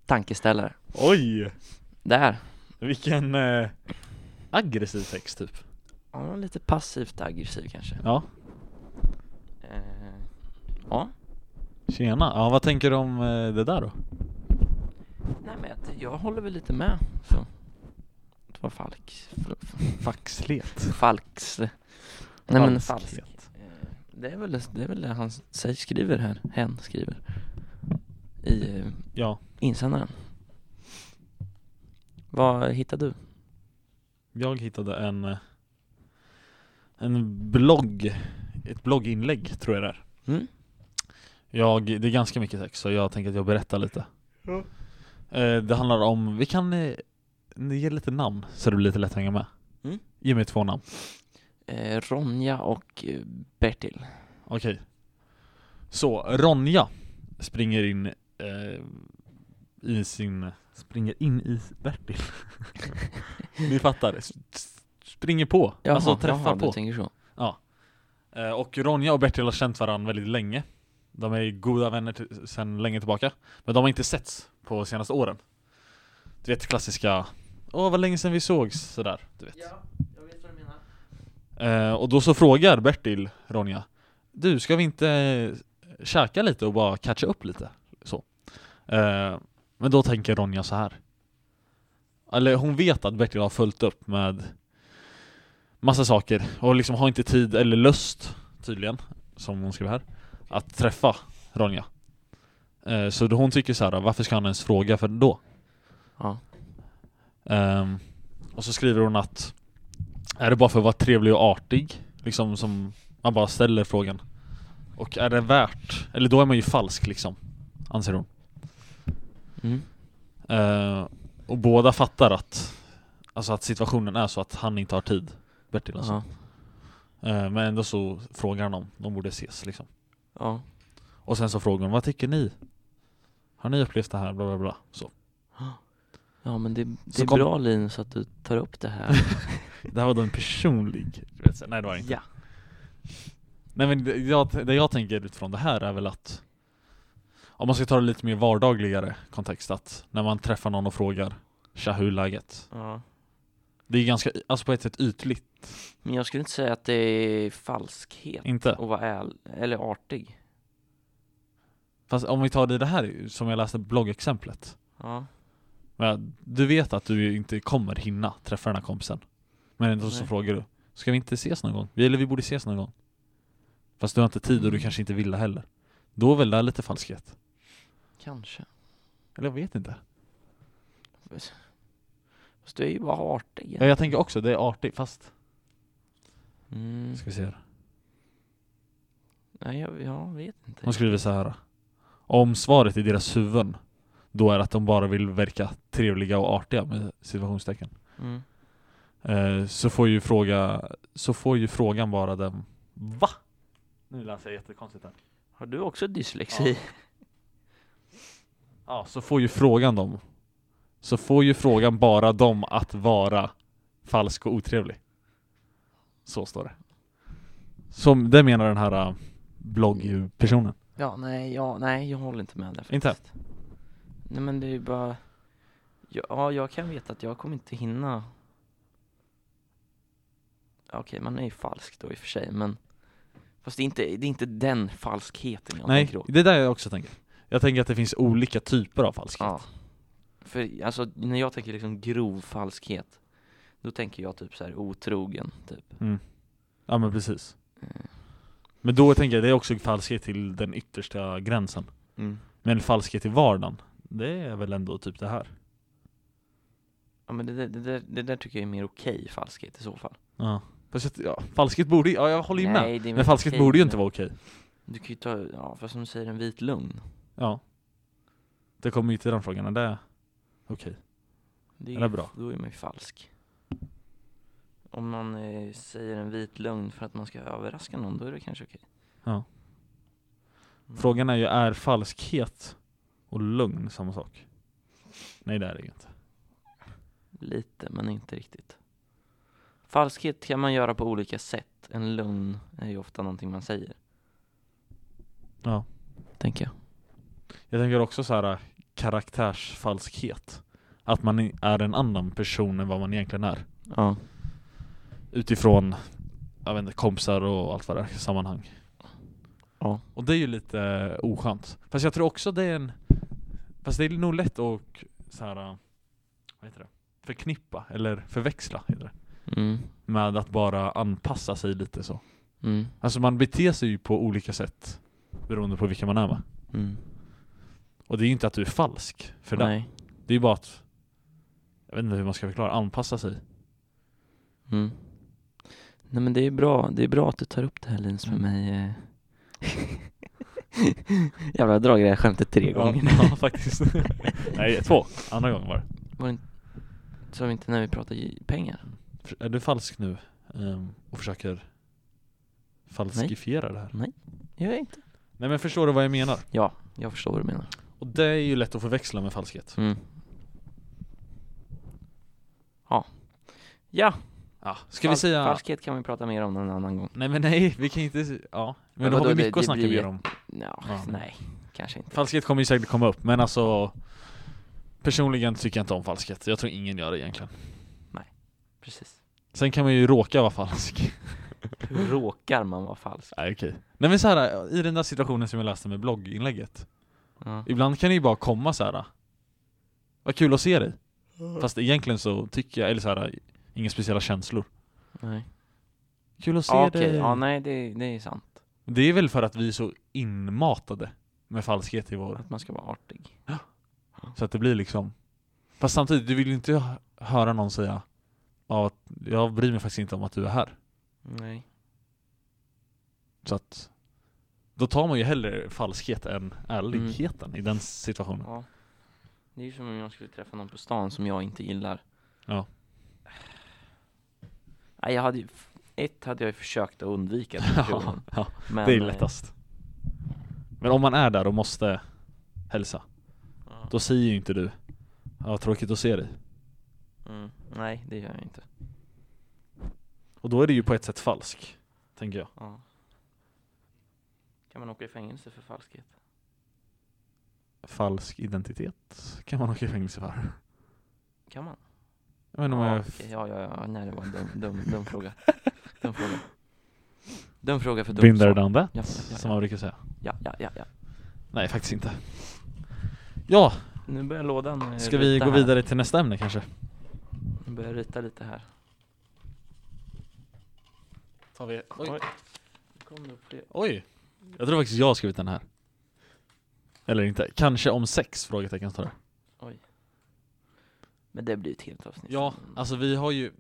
S1: Tankeställare.
S2: Oj!
S1: Där.
S2: Vilken eh, aggressiv text typ.
S1: Ja, lite passivt aggressiv kanske.
S2: Ja.
S1: Eh, ja.
S2: Tjena. Ja, vad tänker du om eh, det där då?
S1: Nej men jag- jag håller väl lite med. Så. Det var falk...
S2: Faxlet.
S1: Falks... Nej men falsk.
S2: Falskhet.
S1: Eh, Det är väl det, är väl det han s- säg- skriver här. Hen skriver. I eh,
S2: Ja.
S1: insändaren. Vad hittade du?
S2: Jag hittade en eh, En blogg Ett blogginlägg tror jag det är
S1: Mm?
S2: jag, Det är ganska mycket text så jag tänker att jag berättar lite Eh, Det handlar om, vi kan eh, Ge lite namn så det blir lite lätt att hänga med
S1: Mm.
S2: Ge mig två namn
S1: Eh, Ronja och eh, Bertil.
S2: Okej Så Ronja Springer in eh, I sin Springer in i Bertil Ni fattar S- s- Springer på, alltså träffar
S1: jaha,
S2: på
S1: Du tänker så.
S2: Eh, Och Ronja och Bertil har känt varandra väldigt länge. De är goda vänner till, sedan länge tillbaka. Men de har inte setts på senaste åren. Du vet klassiska Åh vad länge sedan vi sågs sådär, du vet.
S1: jag vet vad du menar.
S2: Eh, och då så frågar Bertil Ronja Du, ska vi inte eh, käka lite och bara catcha upp lite? Så. Eh, men då tänker Ronja så här Eller hon vet att Bertil har fullt upp med massa saker och liksom har inte tid eller lust tydligen, som hon skriver här, att träffa Ronja. Eh, Så då hon tycker så här, varför ska han ens fråga för då?
S1: Ja.
S2: Ehm, och så skriver hon att Är det bara för att vara trevlig och artig? Liksom som man bara ställer frågan Och är det värt? Eller då är man ju falsk liksom Anser hon
S1: Mm.
S2: Ehm, Och båda fattar att Alltså att situationen är så att han inte har tid Bertil alltså
S1: Ja.
S2: Ehm, Men ändå så frågar han om de borde ses liksom
S1: ja.
S2: Och sen så frågar hon Vad tycker ni? Har ni upplevt det här? Bla bla bla så.
S1: Ja men det, det
S2: Så
S1: är
S2: kom-
S1: bra Linus att du tar upp det här.
S2: Det här var då en personlig du vet, så- Nej det var det inte
S1: ja.
S2: Nej men det jag, det jag tänker utifrån det här är väl att Om man ska ta det lite mer vardagligare kontext att När man träffar någon och frågar Tja hur är läget?
S1: ja.
S2: Det är ganska, alltså på ett sätt ytligt,
S1: Men jag skulle inte säga att det är falskhet
S2: inte?
S1: att vara äl- eller artig.
S2: Fast om vi tar det i det här som jag läste bloggexemplet
S1: Ja.
S2: Men Du vet att du inte kommer hinna träffa den här kompisen Men ändå så
S1: Nej.
S2: frågar du Ska vi inte ses någon gång? Vi, eller vi borde ses någon gång Fast du har inte tid och du kanske inte vill det heller Då är väl det lite falskhet?
S1: Kanske.
S2: Eller jag vet inte
S1: Fast du är ju bara artig.
S2: Ja, jag tänker också, det är artigt fast
S1: Mm.
S2: Ska vi se här
S1: Nej jag, jag vet inte.
S2: Hon skriver så här. Om svaret i deras huvuden då är att de bara vill verka trevliga och artiga med situationstecken.
S1: Mm.
S2: Eh, så, får ju fråga, så får ju frågan bara dem Va? Nu läser jag jättekonstigt här.
S1: Har du också dyslexi?
S2: Ja, så får ju frågan dem Så får ju frågan bara dem att vara falsk och otrevlig. Så står det. Som det menar den här eh, bloggpersonen.
S1: Ja, nej, ja, nej, jag håller inte med där faktiskt.
S2: Inte?
S1: Nej men det är ju bara Ja, ja, jag kan veta att jag kommer inte hinna Ja, Okej, man är ju falsk då i och för sig men Fast det är inte, det är inte den falskheten jag
S2: Nej,
S1: tänker åt.
S2: det är där jag också tänker. Jag tänker att det finns olika typer av falskhet.
S1: Ja. För alltså, när jag tänker liksom grov falskhet Då tänker jag typ så här otrogen, typ
S2: Ja men precis
S1: Mm.
S2: Men då tänker jag, det är också falskhet till den yttersta gränsen
S1: Mm.
S2: Men falskhet i vardagen, det är väl ändå typ det här?
S1: Ja men det, där- det, där, det där tycker jag är mer okej falskhet i så fall
S2: Ja, fast jag, ja falskhet borde ju- ja jag håller ju med
S1: det är mer
S2: Men falskhet
S1: okej,
S2: borde ju
S1: men-
S2: inte vara okej
S1: Du kan ju ta, ja fast som du säger en vit lögn
S2: Ja Det kommer ju till den frågan, är det okej?
S1: Det
S2: Eller bra.
S1: Då är man ju falsk. Om man eh, säger en vit lögn för att man ska överraska någon, då är det kanske okej.
S2: Ja.
S1: Mm.
S2: Frågan är ju, är falskhet och lögn samma sak? Nej det är det ju inte
S1: Lite, men inte riktigt. Falskhet kan man göra på olika sätt. En lögn är ju ofta någonting man säger.
S2: Ja.
S1: Tänker jag.
S2: Jag tänker också så här äh, karaktärsfalskhet Att man i- är en annan person än vad man egentligen är
S1: Ja.
S2: utifrån jag vet inte, kompisar och allt vad det är, sammanhang.
S1: Ja.
S2: Och det är ju lite eh, oskönt. Fast jag tror också det är en... Fast det är nog lätt att så här, eh, vad heter det? förknippa, eller förväxla heter det.
S1: Mm.
S2: Med att bara anpassa sig lite så.
S1: Mm.
S2: Alltså man beter sig ju på olika sätt beroende på vilka man är med.
S1: Mm.
S2: Och det är ju inte att du är falsk för det.
S1: Nej.
S2: Det är ju bara att, jag vet inte hur man ska förklara, anpassa sig.
S1: Mm. Nej men det är bra, det är bra att du tar upp det här Linus med
S2: Mm.
S1: mig. eh. Jävlar, jag har dragit det här skämtet tre gånger.
S2: Ja, ja faktiskt. Nej, två. Andra gången var det.
S1: Var det inte, sa vi inte när vi pratade i pengar?
S2: För- Är du falsk nu ehm, och försöker falsifiera det här?
S1: Jag är inte.
S2: Nej men förstår du vad jag menar?
S1: Ja, jag förstår vad du menar.
S2: Och det är ju lätt att förväxla med falskhet.
S1: Mm. Ja. Ja,
S2: Ja, ska vi
S1: fal-
S2: säga...
S1: falskhet kan vi prata mer om en annan gång.
S2: Nej men nej, vi kan inte... se- Ja, men,
S1: Men
S2: då har
S1: vadå,
S2: vi
S1: det-
S2: mycket att
S1: det
S2: snacka
S1: blir
S2: mer
S1: ett-
S2: om.
S1: Ja,
S2: Ja.
S1: nej, kanske inte.
S2: Falskhet kommer ju säkert komma upp, men alltså... Personligen tycker jag inte om falskhet. Jag tror ingen gör det egentligen.
S1: Precis.
S2: Sen kan man ju råka vara falsk.
S1: Hur råkar man vara falsk?
S2: Nej okej. Nej men så här, i den där situationen som jag läste med blogginlägget.
S1: Ja.
S2: Ibland kan det ju bara komma så här. Vad äh. kul att se dig.
S1: Mm.
S2: Fast egentligen så tycker jag, eller så här, äh, inga speciella känslor.
S1: Nej.
S2: Kul att se
S1: Ja,
S2: dig.
S1: okej. Ja, nej, det, det är sant.
S2: Det är väl för att vi är så inmatade med falskhet i vår,
S1: Att man ska vara artig.
S2: så att det blir liksom Fast samtidigt, du vill ju inte hö- höra någon säga ja, att jag bryr mig faktiskt inte om att du är här.
S1: Nej.
S2: Så att då tar man ju hellre falskhet än ärligheten
S1: Mm.
S2: i den situationen.
S1: Ja. Det är ju som om jag skulle träffa någon på stan som jag inte gillar.
S2: Ja.
S1: Nej, jag hade ju, ett hade jag ju försökt att undvika den
S2: Ja,
S1: personen.
S2: ja,
S1: Men,
S2: det är
S1: eh,
S2: lättast. Men om man är där och måste hälsa,
S1: ja.
S2: då säger ju inte du ja, tråkigt att se dig.
S1: Mm, nej, det gör jag inte.
S2: Och då är det ju på ett sätt falsk, tänker jag.
S1: Ja. Kan man åka i fängelse för falskhet?
S2: Falsk identitet kan man åka i fängelse för.
S1: Kan man?
S2: Jag vet inte om
S1: ja,
S2: jag...
S1: okej, ja, ja, ja, nej det var en dum, dum, dum fråga. Dum fråga. Dum fråga för dumt
S2: Been there
S1: svar.
S2: done that,
S1: Ja, ja,
S2: som
S1: ja.
S2: man brukar säga.
S1: Ja, ja, ja, ja.
S2: Nej, faktiskt inte. Ja,
S1: Nu börjar lådan eh,
S2: ska vi
S1: rita
S2: gå
S1: här.
S2: vidare till nästa ämne kanske?
S1: Nu börjar jag rita lite här.
S2: Tar vi...
S1: Oj. Kom det upp fler?
S2: Oj! Jag tror faktiskt jag har skrivit den här. Eller inte. Kanske om sex? Frågetecken står det.
S1: Men det blir ett helt avsnitt.
S2: Ja, alltså vi har ju...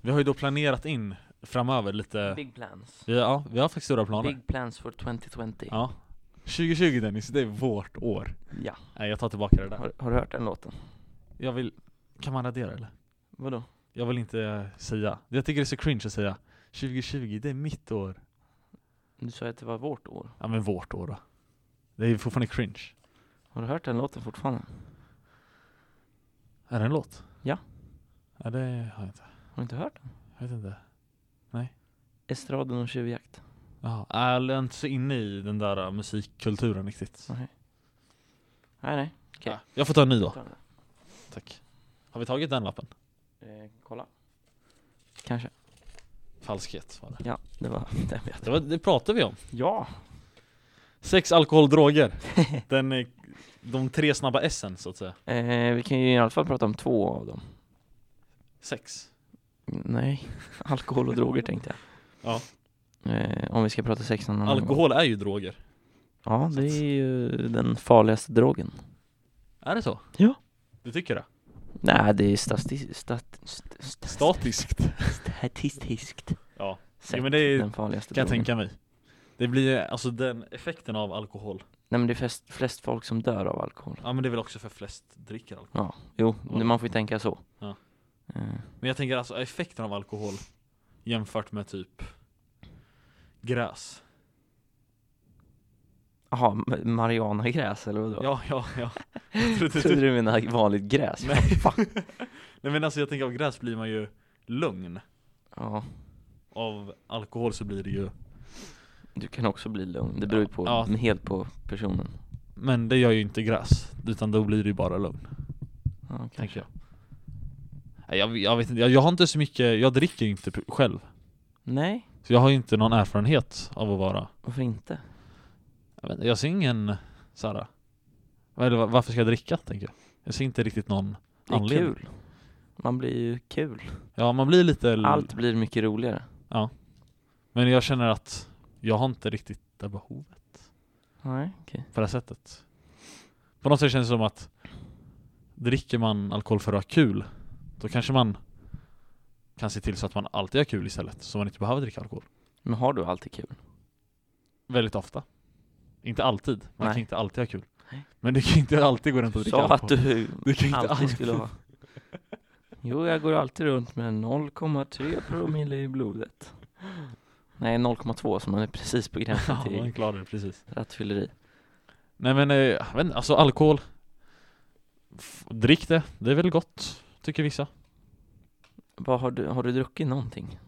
S2: Vi har ju då planerat in framöver lite...
S1: Big plans.
S2: eh, Vi, ja, vi har faktiskt stora planer.
S1: Big plans for 2020. Ja.
S2: Ja. 2020 Dennis, det är vårt år. Nej, jag tar tillbaka det där.
S1: Har, har du hört den låten?
S2: Jag vill... Kan man radera eller?
S1: Vadå?
S2: Jag vill inte eh, säga. Jag tycker det är så cringe att säga 2020, det är mitt år.
S1: Du sa ju att det var vårt år.
S2: Ja men vårt år då. Det är ju fortfarande cringe.
S1: Har du hört den låten fortfarande?
S2: Är det en låt?
S1: Ja.
S2: Ja det har jag inte.
S1: Har du inte hört den?
S2: Jag vet inte.
S1: Estraden och tjuvjakt.
S2: Jaha. Nej, Jag är inte så inne i den där uh, musikkulturen riktigt.
S1: Nej. Nej, nej. Okej.
S2: Ja, Jag får ta en ny då.
S1: Ta den där.
S2: Tack. Har vi tagit den lappen?
S1: Eh, kolla. Kanske.
S2: Falskhet var det.
S1: Ja, det var den jag
S2: Det, var, det pratade vi om.
S1: Ja!
S2: Sex, alkohol, droger. Den är, de tre snabba S'en så att säga.
S1: Eh, vi kan ju i alla fall prata om två av dem.
S2: Sex.
S1: Nej, alkohol och droger tänkte jag.
S2: Ja.
S1: Eh, om vi ska prata sex någon annan gång.
S2: Alkohol är ju droger.
S1: Ja, det är ju den farligaste drogen.
S2: Är det så?
S1: Ja.
S2: Du tycker det?
S1: Nej, det är stati- stat- st- st-
S2: Statiskt.
S1: statistiskt
S2: Ja,
S1: sett
S2: men det är-
S1: den farligaste
S2: kan jag
S1: drogen.
S2: tänka mig. Det blir ju, alltså den effekten av alkohol.
S1: Nej men det är flest, flest folk som dör av alkohol.
S2: Ja men det är väl också för flest dricker alkohol.
S1: Ja, jo, nu man får ju tänka så.
S2: Ja.
S1: Eh,
S2: Men jag tänker alltså effekten av alkohol jämfört med typ gräs.
S1: Jaha, ma- marijuanagräs eller vadå?
S2: Ja, ja, ja. Jag trodde
S1: Trodde
S2: du-
S1: du menade vanligt gräs?
S2: Nej.
S1: Fan.
S2: Nej men alltså jag tänker av gräs blir man ju lugn.
S1: Ja,
S2: Av alkohol så blir det ju
S1: du kan också bli lugn. Det beror ju på,
S2: Ja.
S1: men helt på personen.
S2: Men det gör ju inte gräs, utan då blir det ju bara lugn,
S1: Ja, kanske.
S2: tänker jag. Nej, jag, jag vet inte, jag, jag har inte så mycket, jag dricker ju inte p- själv.
S1: Nej,
S2: Så jag har ju inte någon erfarenhet av att vara
S1: varför inte?
S2: Jag, vet, inte, jag ser ingen såhär, eller va- varför ska jag dricka tänker jag? Jag ser inte riktigt någon
S1: Det är
S2: anledning.
S1: kul. Man blir ju kul.
S2: Ja man blir lite, l-
S1: Allt blir mycket roligare.
S2: men jag känner att jag har inte riktigt det behovet
S1: Nej, okej.
S2: på det här sättet. På något sätt känns det som att dricker man alkohol för att ha kul, då kanske man kan se till så att man alltid har kul istället, så man inte behöver dricka alkohol.
S1: Men har du alltid kul?
S2: Väldigt ofta. Inte alltid, man
S1: Nej.
S2: kan inte alltid ha kul.
S1: Nej.
S2: Men det kan inte alltid gå runt och dricka
S1: Sa
S2: alkohol.
S1: att du
S2: Du kan inte
S1: alltid skulle ha. Jo, jag går alltid runt med 0,3 promille i blodet. Nej, 0,2 så man är precis på gränsen
S2: Ja, man
S1: till
S2: klarar det precis.
S1: rattfylleri.
S2: Nej men, eh, jag vet inte, alltså alkohol F- Drick det, det är väl gott, tycker vissa
S1: Vad har du, har du druckit någonting?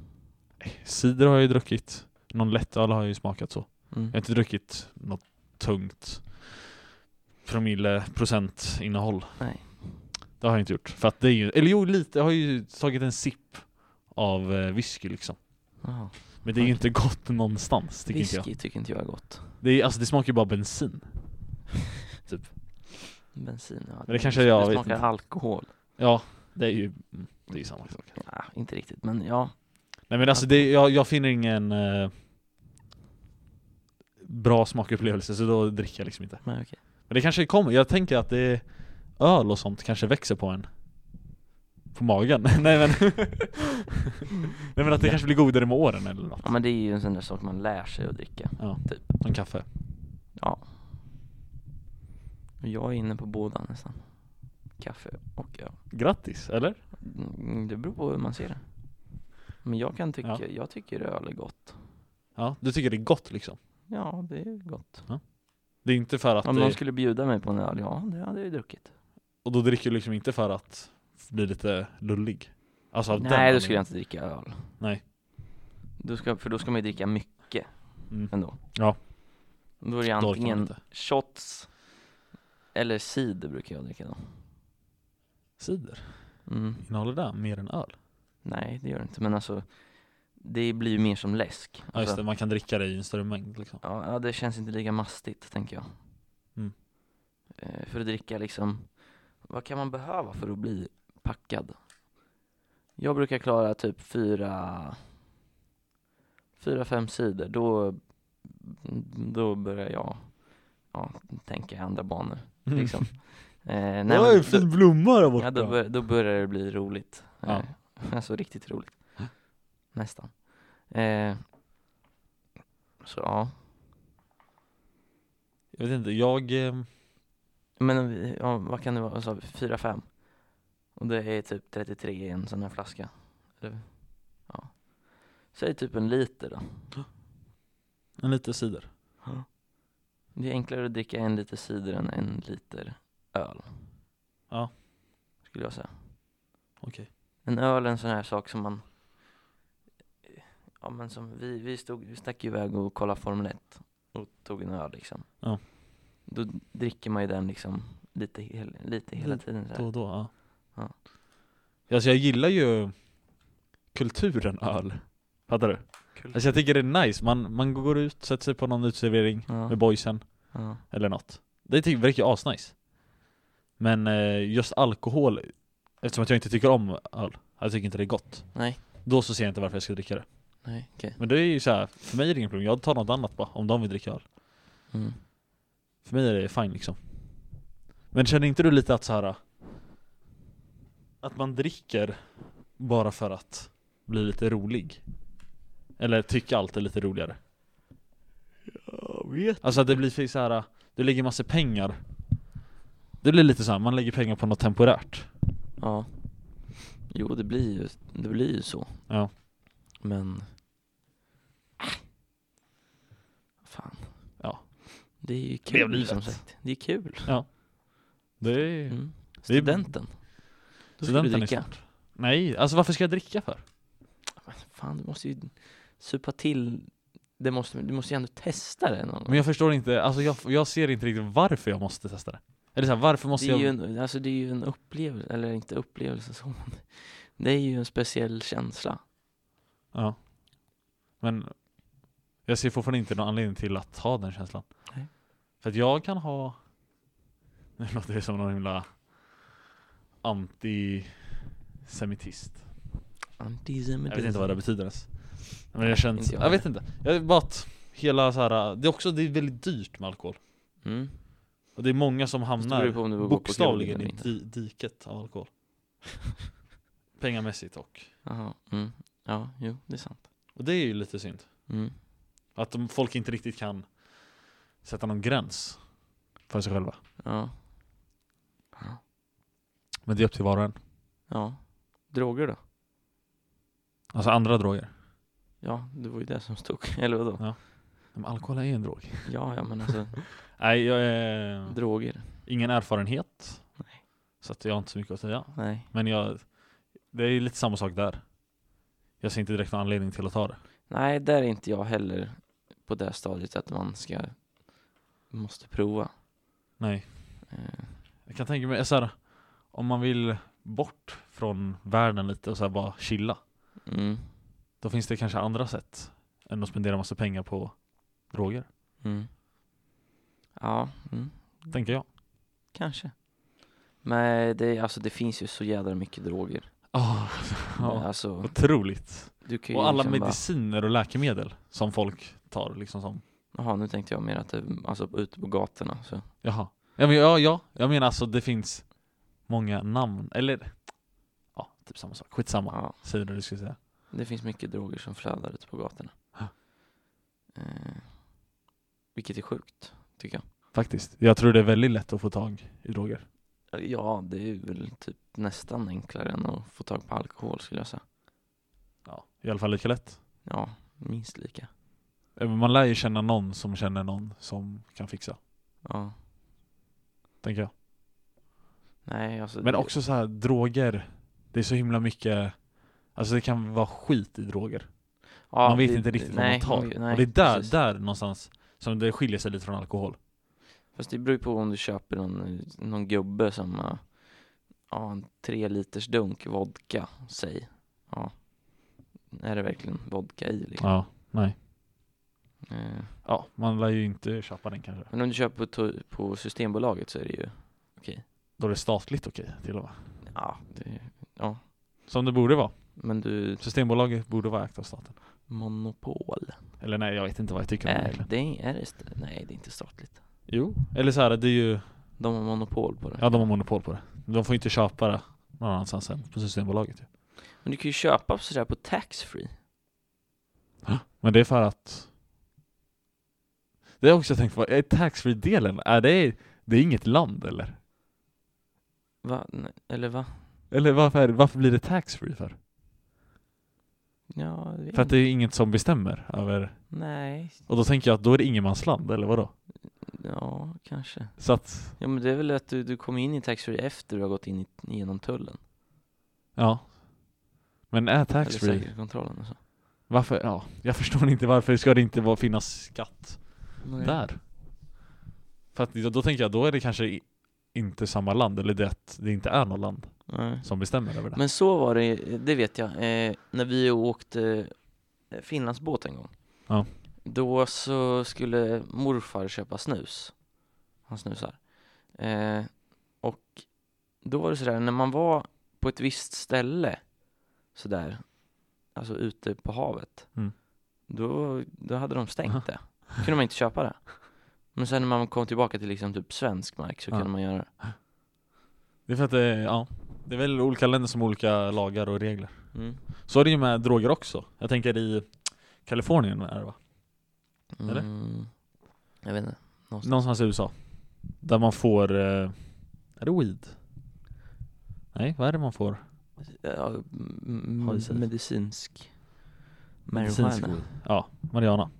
S2: Cider har jag ju druckit Någon lättöl har jag ju smakat så
S1: Mm.
S2: Jag har inte druckit något tungt Promille, procent innehåll
S1: Nej.
S2: Det har jag inte gjort, för att det är ju, eller jo lite, jag har ju tagit en sipp Av eh, whisky liksom
S1: Jaha.
S2: Men det är ju inte gott någonstans, tycker inte jag
S1: Whisky tycker inte jag är gott.
S2: det, är, alltså, det smakar ju bara bensin
S1: Bensin, ja.
S2: det kanske jag
S1: Det
S2: vet
S1: smakar
S2: inte.
S1: alkohol.
S2: Ja, det är ju mm, det är ju samma sak.
S1: Nej, inte riktigt, men ja.
S2: Nej men alltså det, jag, jag finner ingen eh, bra smakupplevelse så då dricker jag liksom inte.
S1: Men okej.
S2: Men det kanske kommer, jag tänker att det öl och sånt kanske växer på en. På magen? Nej men Nej men att det kanske blir godare med åren eller något.
S1: Ja, men det är ju en sån där sak man lär sig att dricka.
S2: Ja,
S1: Typ.
S2: som kaffe.
S1: Ja. Och Jag är inne på båda nästan. Kaffe och öl.
S2: Grattis, eller?
S1: Mm, Det beror på hur man ser det. Men jag kan tycka,
S2: Ja.
S1: jag tycker öl är gott.
S2: Ja, du tycker det är gott liksom?
S1: Ja, det är gott.
S2: Det är inte för att
S1: Om
S2: det,
S1: någon skulle bjuda mig på en öl, ja det hade jag ju druckit.
S2: och då dricker du liksom inte för att bli lite lullig? Alltså av den
S1: Nej, då
S2: anledningen.
S1: skulle jag inte dricka öl.
S2: Nej.
S1: Då ska, för då ska man ju dricka mycket
S2: Mm.
S1: ändå.
S2: Ja.
S1: Då är det
S2: Då orkar man
S1: antingen
S2: inte.
S1: shots eller cider brukar jag dricka då.
S2: Cider?
S1: Mm.
S2: Innehåller det mer än öl?
S1: Nej, det gör det inte. Men alltså, det blir ju mer som läsk.
S2: Ja just
S1: Alltså,
S2: det, man kan dricka det i en större mängd liksom.
S1: Ja, ja, det känns inte lika mastigt, tänker jag.
S2: Mm.
S1: Eh, För att dricka liksom, vad kan man behöva för att bli packad? Jag brukar klara typ fyra, fyra, fem sidor. Då, då börjar jag ja, tänka i andra banor.
S2: Mm.
S1: Liksom. Eh, nej,
S2: Nej,
S1: men
S2: en
S1: då-
S2: fin blomma där borta!
S1: Ja, då, bör, då börjar det bli roligt.
S2: Ja.
S1: Eh, Alltså riktigt roligt. Nästan. Eh, så ja.
S2: Jag vet inte, jag... ehm,
S1: Men om vi- ja, vad kan det vara? Alltså, 4-5. Och det är typ 33 i en sån här flaska. Eller, ja. Säg typ en liter då.
S2: En liten cider.
S1: Det är enklare att dricka en liter cider än en liter öl.
S2: Ja.
S1: Skulle jag säga.
S2: Okej.
S1: En öl är en sån här sak som man Ja men som vi, vi stod, vi stack iväg och kollade Formel 1 och tog en öl liksom.
S2: Ja.
S1: Då dricker man ju den liksom lite, hel- lite hela
S2: Lite
S1: tiden så
S2: Mm. Då
S1: här.
S2: och då, ja.
S1: Ja.
S2: Alltså jag gillar ju kulturen öl. Fattar du?
S1: Kul.
S2: Alltså jag tycker det är nice, man, man går ut, sätter sig på någon uteservering
S1: Ja,
S2: med boysen
S1: ja.
S2: eller något. Det tycker, verkar ju asnice. Men eh, just alkohol, eftersom att jag inte tycker om öl, jag tycker inte det är gott.
S1: Nej,
S2: Då så ser jag inte varför jag ska dricka det.
S1: nej, okej.
S2: Men det är ju så här, för mig är det inget problem, jag tar något annat bara, om de vill dricka öl.
S1: Mm.
S2: För mig är det fine liksom Men känner inte du lite att så här Att man dricker bara för att bli lite rolig? Eller tycka allt är lite roligare?
S1: Jag vet.
S2: Alltså att det blir för så här du lägger massa pengar Det blir lite så här, man lägger pengar på något temporärt
S1: Ja. Jo det blir ju, det blir ju så.
S2: Ja.
S1: Men. Äh. Fan.
S2: Ja.
S1: Det är ju
S2: Det är
S1: kul
S2: livet.
S1: som sagt. Det är kul.
S2: Det är
S1: Mm.
S2: Det är-
S1: Studenten. Då ska du
S2: studenten är
S1: dricka.
S2: smart. Nej, alltså varför ska jag dricka för?
S1: Fan, du måste ju supa till. Det måste, du måste ju ändå testa det någon gång.
S2: Men jag förstår inte, alltså jag, jag ser inte riktigt varför jag måste testa det Eller så här, varför måste
S1: Det är,
S2: jag
S1: ju en, alltså det är ju en upplevelse, eller inte upplevelse så. men Det är ju en speciell känsla.
S2: Ja. Men jag ser fortfarande inte någon anledning till att ha den känslan.
S1: Nej.
S2: För att jag kan ha... Nu låter det som någon himla antisemitist. Jag vet inte vad det betyder ens. Men jag känns...
S1: inte jag
S2: Jag, vet inte. Jag vet bara att hela så här, det är också det är väldigt dyrt med alkohol.
S1: Mm.
S2: Och det är många som
S1: Fast det beror ju
S2: hamnar
S1: på om du går på krogen
S2: bokstavligen
S1: eller
S2: i
S1: inte.
S2: di diket av alkohol. Pengamässigt och.
S1: Jaha, mm. Ja, jo, det är sant.
S2: Och det är ju lite synd.
S1: Mm.
S2: Att de, folk inte riktigt kan sätta någon gräns för sig själva.
S1: Ja.
S2: Men det är upp till var och en.
S1: ja. Droger då?
S2: Alltså andra droger.
S1: Ja, det var ju det som stod. Eller vadå?
S2: Men alkohol är ju en drog.
S1: Ja, ja, men alltså
S2: Nej, jag är
S1: droger.
S2: ingen erfarenhet.
S1: Nej.
S2: Så att jag har inte så mycket att säga.
S1: Nej.
S2: Men jag, det är ju lite samma sak där. Jag ser inte direkt någon anledning till att ta det.
S1: Nej, där är inte jag heller på det stadiet att man ska måste prova.
S2: Nej.
S1: Eh,
S2: Jag kan tänka mig så här, om man vill bort från världen lite och så här bara chilla.
S1: Mm.
S2: Då finns det kanske andra sätt än att spendera massa pengar på droger.
S1: Mm. Ja, mm,
S2: Tänker jag.
S1: kanske. Nej, det, alltså, det finns ju så jädra mycket droger.
S2: Ja,
S1: Ja.
S2: ja.
S1: Alltså,
S2: Otroligt.
S1: du kan ju
S2: Och alla
S1: liksom bara-
S2: mediciner och läkemedel som folk tar liksom som
S1: Jaha, nu tänkte jag mer att det, alltså ute på gatorna så.
S2: Jaha. Ja, men, ja, ja, jag menar alltså det finns många namn, eller ja, typ samma sak. Skitsamma,
S1: Ja,
S2: säger du det du skulle säga.
S1: det finns mycket droger som flödar ute på gatorna.
S2: Ja.
S1: Eh, vilket är sjukt, tycker jag.
S2: Faktiskt. Jag tror det är väldigt lätt att få tag i droger.
S1: Eller Eh, Ja, det är väl typ nästan enklare än att få tag på alkohol skulle jag säga.
S2: Ja. I alla fall lika lätt.
S1: Ja, minst lika.
S2: Eh, Man lär ju känna någon som känner någon som kan fixa,
S1: Ja.
S2: tänker jag.
S1: Nej, alltså.
S2: Men
S1: det-
S2: också så här, droger, det är så himla mycket Alltså det kan vara skit i droger.
S1: Ja,
S2: man vet
S1: det-
S2: inte riktigt
S1: nej,
S2: vad man tar.
S1: man- nej,
S2: och det är där,
S1: precis.
S2: där någonstans som det skiljer sig lite från alkohol.
S1: Fast det beror ju på om du köper någon, någon gubbe som, eh, ja, en tre liters dunk vodka, säg. Ja. Är det verkligen vodka i liksom?
S2: Ja, nej.
S1: Eh,
S2: Ja, man lär ju inte köpa den kanske.
S1: Men om du köper på, to- på Systembolaget så är det ju,
S2: Då är det statligt okej till och med.
S1: ja, det,
S2: Som det borde vara.
S1: men du,
S2: Systembolaget borde vara ägt av staten.
S1: monopol.
S2: Eller nej, jag vet inte vad jag tycker om det
S1: Är
S2: egentligen.
S1: det, är det, st- nej det är inte statligt.
S2: Jo, eller så här, det är ju,
S1: De har monopol på det.
S2: ja de har monopol på det. De får inte köpa det någon annanstans än på Systembolaget ju.
S1: Men du kan ju köpa sådär på taxfree.
S2: Men det är för att Det har jag också tänkt på, är taxfree-delen, är det, det är inget land eller?
S1: Va? Nej, Eller va?
S2: Eller varför, är det, varför blir det taxfree för?
S1: Ja, jag vet
S2: För att
S1: inte.
S2: det är inget som bestämmer över
S1: Nej,
S2: Och då tänker jag att då är det ingenmansland, eller vadå?
S1: ja kanske.
S2: Så att,
S1: Ja men det är väl att du, du kommer in i taxfree efter du har gått in i, genom tullen.
S2: ja Men är
S1: Eller
S2: taxfree
S1: säkerhetskontrollen och så.
S2: Varför? Ja, jag förstår inte varför ska det inte vara, finnas skatt
S1: Nej.
S2: där? För att då, då tänker jag, då är det kanske i, inte samma land, eller det att det inte är något land
S1: Nej.
S2: som bestämmer över det.
S1: Men så var det, det vet jag, eh, när vi åkte eh, Finlandsbåt en gång.
S2: Ja.
S1: Då så skulle morfar köpa snus. Han snusar. Eh, och då var det sådär, när man var på ett visst ställe, sådär, alltså ute på havet,
S2: Mm.
S1: då, då hade de stängt det. Då kunde man inte köpa det. Men sen när man kom tillbaka till liksom typ svensk mark så
S2: Ja.
S1: kunde man göra det.
S2: Det är för att det, ja, det är väl olika länder som har olika lagar och regler.
S1: Mm.
S2: Så är det ju med droger också. Jag tänker i Kalifornien är det va? Eller?
S1: Mm. Jag vet inte. Någonstans.
S2: Någonstans i USA. Där man får, eh, är det weed? Nej, vad är det man får?
S1: ja, m-
S2: Har i sig.
S1: medicinsk
S2: Medicinsk
S1: marijuana.
S2: weed. Ja, Mariana.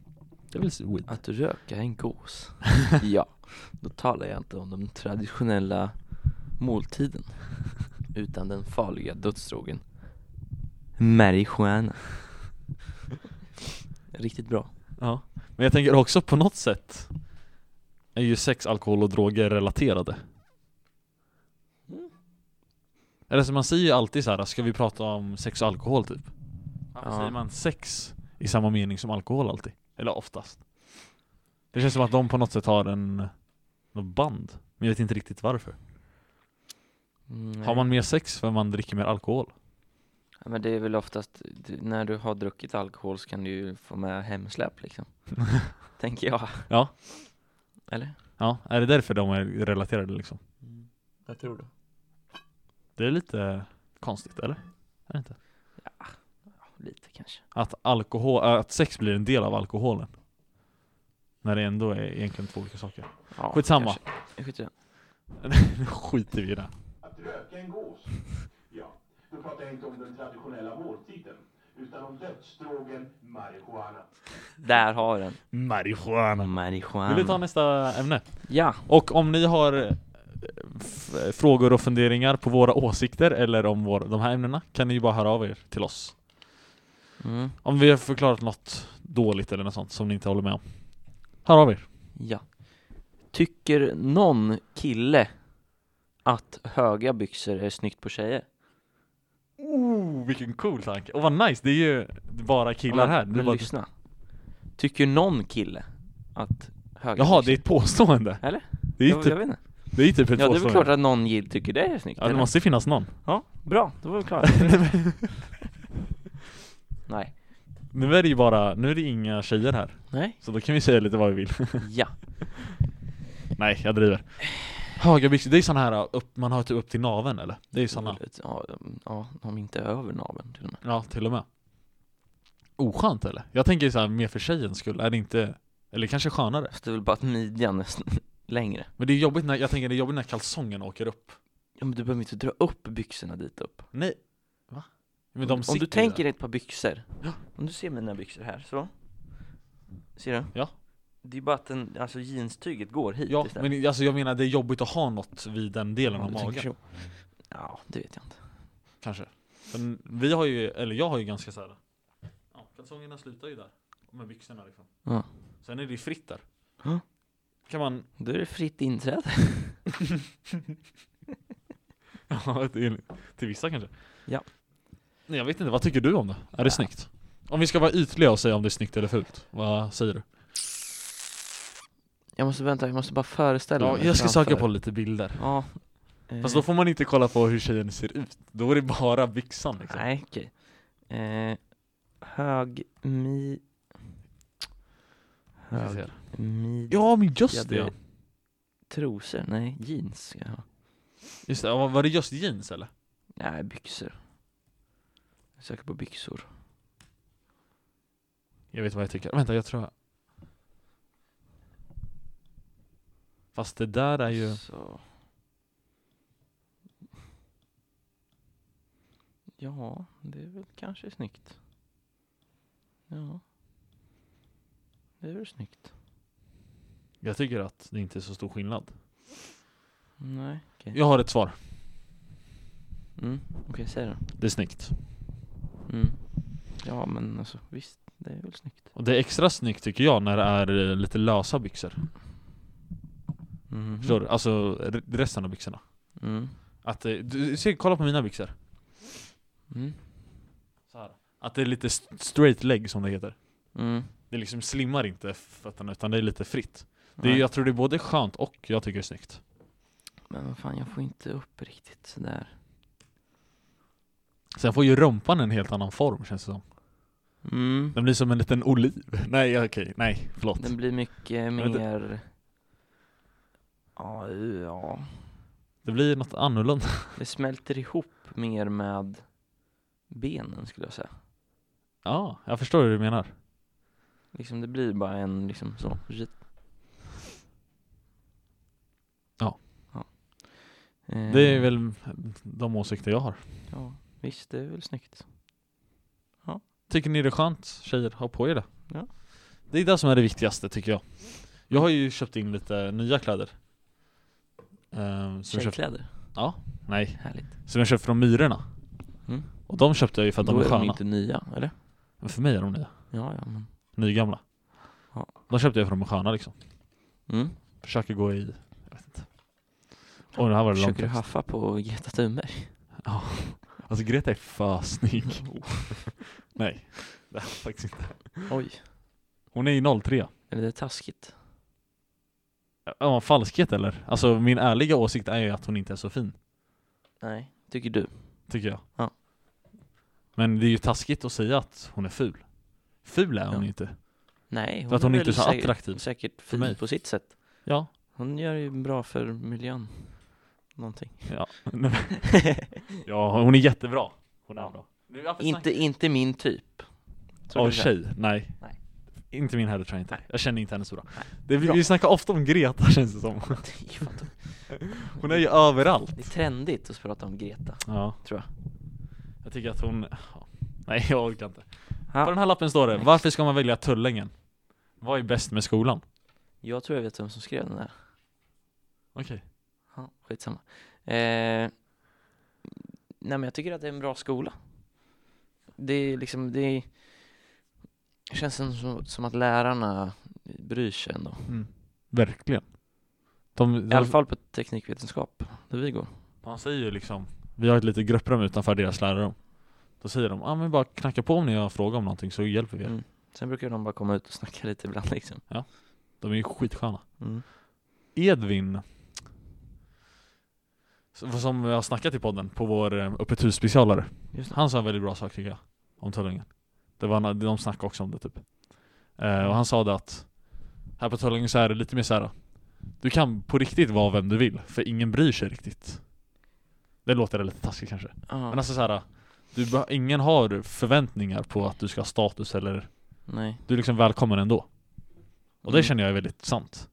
S2: Det är väl weed?
S1: Att röka är en gås. ja, då talar jag inte om den traditionella måltiden. Utan den farliga dödsdrogen. Marijuana. Riktigt bra.
S2: Ja, men jag tänker också på något sätt är ju sex, alkohol och droger relaterade.
S1: Mm.
S2: Eller så man säger ju alltid så här, ska vi prata om sex och alkohol typ? Varför
S1: Ja.
S2: säger man sex i samma mening som alkohol alltid? Eller oftast. Det känns som att de på något sätt har en något band, men jag vet inte riktigt varför.
S1: Mm,
S2: Har man mer sex för man dricker mer alkohol?
S1: ja, men det är väl oftast, du- när du har druckit alkohol så kan du ju få med hemsläp liksom. Tänker jag.
S2: Ja.
S1: Eller?
S2: Ja, är det därför de är relaterade liksom?
S1: Jag tror det.
S2: Det är lite konstigt, eller? Är det inte?
S1: Lite kanske.
S2: Att, alkohol, äh, att sex blir en del av alkoholen. När det ändå är egentligen två olika saker.
S1: Ja,
S2: Skitsamma.
S1: kanske. Skit i det.
S2: Nu skiter vi i det.
S3: Att röka en gås? Ja, då pratar jag inte om den traditionella måltiden, utan om dödsdrogen marijuana.
S1: Där har den.
S2: Marijuana.
S1: Marijuana.
S2: Vill du ta nästa ämne?
S1: Ja.
S2: Och om ni har eh, f- frågor och funderingar på våra åsikter eller om vår, de här ämnena kan ni ju bara höra av er till oss.
S1: Mm.
S2: Om vi har förklarat något dåligt eller något sånt som ni inte håller med om. Hör av er.
S1: Ja. Tycker någon kille att höga byxor är snyggt på tjejer?
S2: Oh, vilken cool tanke. Och vad nice, det är ju bara killar
S1: Men-
S2: här. Det är
S1: Men
S2: bara...
S1: lyssna. Tycker någon kille att höga
S2: Jaha, det
S1: byxor...
S2: är ett påstående.
S1: Eller?
S2: Det är ju
S1: jag,
S2: typ
S1: jag vet inte.
S2: Det är ju typ ett
S1: Ja, det är väl
S2: påstående.
S1: klart att någon gill tycker det är snyggt.
S2: Ja, det
S1: eller?
S2: måste ju finnas någon.
S1: ja bra. Då var vi klara. Nej.
S2: Nu är det ju bara, nu är det inga tjejer här.
S1: Nej.
S2: Så då kan vi säga lite vad vi vill.
S1: Ja.
S2: Nej, jag driver. Hagabyxor, det är såna här upp, man har typ upp till naveln eller? Det är ju såna.
S1: Ja, ja, om inte över naveln till och med.
S2: Ja, till och med. Oskönt eller? Jag tänker ju så här mer för tjejens skull, är det inte, eller kanske skönare?
S1: Fast Alltså, det är väl bara att midjan är sn- längre.
S2: Men det är jobbigt när, jag tänker det är jobbigt när kalsongen åker upp.
S1: Ja, men du behöver inte dra upp byxorna dit upp.
S2: Nej. Va? Men de
S1: Om, om
S2: sitter
S1: du
S2: ju
S1: tänker
S2: där.
S1: dig ett par byxor.
S2: Ja.
S1: Om du ser mina byxor här, så. Ser du?
S2: Ja.
S1: Det är bara att den, alltså jeanstyget går hit
S2: Ja,
S1: istället.
S2: men alltså jag menar det är jobbigt att ha något vid den delen
S1: Om
S2: av
S1: du tänker
S2: magen.
S1: så. Ja, det vet jag inte.
S2: Kanske. Men vi har ju, eller jag har ju ganska så här. Ja, kalsongerna slutar ju där. Med byxorna liksom.
S1: Ja.
S2: Sen är det ju fritt där.
S1: Ja.
S2: Kan man...
S1: Då är det fritt inträde.
S2: Ja, till, till vissa kanske.
S1: Ja.
S2: Nej, jag vet inte, vad tycker du om det? Är det snyggt? Om vi ska vara ytliga och säga om det är snyggt eller fult, vad säger du?
S1: Jag måste vänta, jag måste bara föreställa
S2: Ja,
S1: mig
S2: jag ska söka
S1: framför. Mm.
S2: på lite bilder.
S1: Ja. eh,
S2: Fast då får man inte kolla på hur tjejen ser ut. Då är det bara byxan liksom.
S1: Nej, okej. Eh, hög mi...
S2: Vi får se.
S1: Hög mi...
S2: Ja men
S1: Ja,
S2: just
S1: det-
S2: det!
S1: Trosor? Nej, jeans ska jag ha.
S2: Just det. ja, Var det just jeans eller?
S1: Nej, byxor. Jag söker på byxor.
S2: Jag vet vad jag tycker. Vänta, jag tror jag... Fast det där är ju...
S1: Så. Ja, det är väl kanske snyggt. Ja. Det är väl snyggt.
S2: Jag tycker att det inte är så stor skillnad.
S1: Nej, okej.
S2: Jag har ett svar.
S1: Mm, okej, säg då.
S2: Det är snyggt.
S1: Mm. Ja, men alltså visst, det är väl snyggt.
S2: Och det är extra snyggt tycker jag när det är eh, lite lösa byxor.
S1: Mhm.
S2: Förstår du? Alltså re- resten av byxorna.
S1: Mm.
S2: Att, eh, du, se, kolla på mina byxor.
S1: Mm.
S2: Så här. Att det är lite st- straight leg som det heter.
S1: Mm.
S2: Det liksom slimmar inte fötterna utan det är lite fritt. Det är,
S1: Nej,
S2: jag tror det är både skönt och jag tycker det är snyggt.
S1: Men vad fan, jag får inte upp riktigt sådär.
S2: Sen får ju rumpan en helt annan form känns det som.
S1: Mm.
S2: Den blir som en liten oliv. Nej okej, nej förlåt.
S1: Den blir mycket
S2: vet inte.
S1: mer... Ja, u- ja.
S2: Det blir något annorlunda.
S1: Det smälter ihop mer med benen skulle jag säga.
S2: Ja, jag förstår hur du menar.
S1: Liksom det blir bara en liksom så. rit.
S2: Ja.
S1: ja. Eh,
S2: Det är väl de åsikter jag har.
S1: Ja, visst det är väl snyggt.
S2: Tycker ni det är skönt tjejer, ha på er det.
S1: Ja.
S2: Det är det som är det viktigaste tycker jag. Jag har ju köpt in lite nya kläder. Ehm, som jag köpt,
S1: Tjejkläder,
S2: nej,
S1: härligt.
S2: som jag köpt från Myrorna.
S1: Mm.
S2: Och de köpte jag ju för att
S1: Då
S2: de är
S1: är
S2: sköna.
S1: de inte nya, eller?
S2: Men för mig är de nya.
S1: Ja, ja men.
S2: Nygamla.
S1: Ja.
S2: De köpte jag för att de är sköna liksom.
S1: Mm.
S2: Försöker gå i, jag vet inte. Oj, det här var det långt.
S1: Försöker du
S2: text.
S1: haffa på Greta Thunberg?
S2: Ja, alltså Greta är för snygg. Nej, det är hon faktiskt inte.
S1: Oj,
S2: Hon är ju 03.
S1: är det taskigt?
S2: Ja, falskhet eller? Alltså min ärliga åsikt är ju att hon inte är så fin,
S1: Nej, tycker du?
S2: tycker jag.
S1: Ja.
S2: Men det är ju taskigt att säga att hon är ful. Ful är hon
S1: Ja.
S2: ju inte.
S1: Nej,
S2: För att hon
S1: är
S2: inte
S1: väl
S2: är så
S1: säkert-
S2: attraktiv.
S1: Säkert
S2: För
S1: fin
S2: mig.
S1: på sitt sätt.
S2: Ja.
S1: Hon gör ju bra för miljön. Någonting.
S2: Ja. Nej, Alltså, men- ja, hon är jättebra. Hon är
S1: Ja.
S2: bra. Nu är jag för
S1: Inte, inte min typ. Så kan
S2: Av
S1: jag
S2: tjej? Nej.
S1: Nej.
S2: Inte min heller tror jag inte.
S1: Nej.
S2: Jag känner inte henne så bra.
S1: Nej.
S2: Det, vi,
S1: Bra.
S2: vi snackar ofta om Greta känns det som.
S1: säga. Det är ju fan-
S2: Hon är ju överallt.
S1: det är trendigt att prata om Greta.
S2: Ja.
S1: Tror
S2: Jag tycker att hon... ja. Nej, jag orkar inte. På
S1: Ja,
S2: den här lappen står det,
S1: Next.
S2: varför ska man välja Tullängen? Vad är bäst med skolan?
S1: jag tror jag vet vem som skrev den där.
S2: Okej.
S1: Ja, skitsamma. Eh, nej men jag tycker att det är en bra skola. Det är liksom, det är, känns som, som att lärarna bryr sig ändå.
S2: Verkligen. De,
S1: I alla
S2: de,
S1: fall på teknikvetenskap, där vi går.
S2: de säger ju liksom, vi har ett litet grupprum utanför deras lärarrum. Då säger de, ja ah, men bara knacka på om ni har frågor om någonting så hjälper vi er.
S1: Mm. Sen brukar de bara komma ut och snacka lite ibland liksom.
S2: De är ju skitsköna.
S1: Mm.
S2: Edvin s- som vi har snackat i podden, på vår eh, öppet hus specialare.
S1: Just det.
S2: Han sa en väldigt bra sak tycker jag, om Tullungen. Det var, na- de snackade också om det typ. Eh, och han sa det att, här på Tullungen så är det lite mer så här. du kan på riktigt vara vem du vill, för ingen bryr sig riktigt. Det låter lite taskigt kanske.
S1: Ja,
S2: Men alltså så här. Du, bör- ingen har förväntningar på att du ska ha status eller
S1: nej.
S2: Du är liksom välkommen ändå Och det
S1: Mm.
S2: känner jag är väldigt sant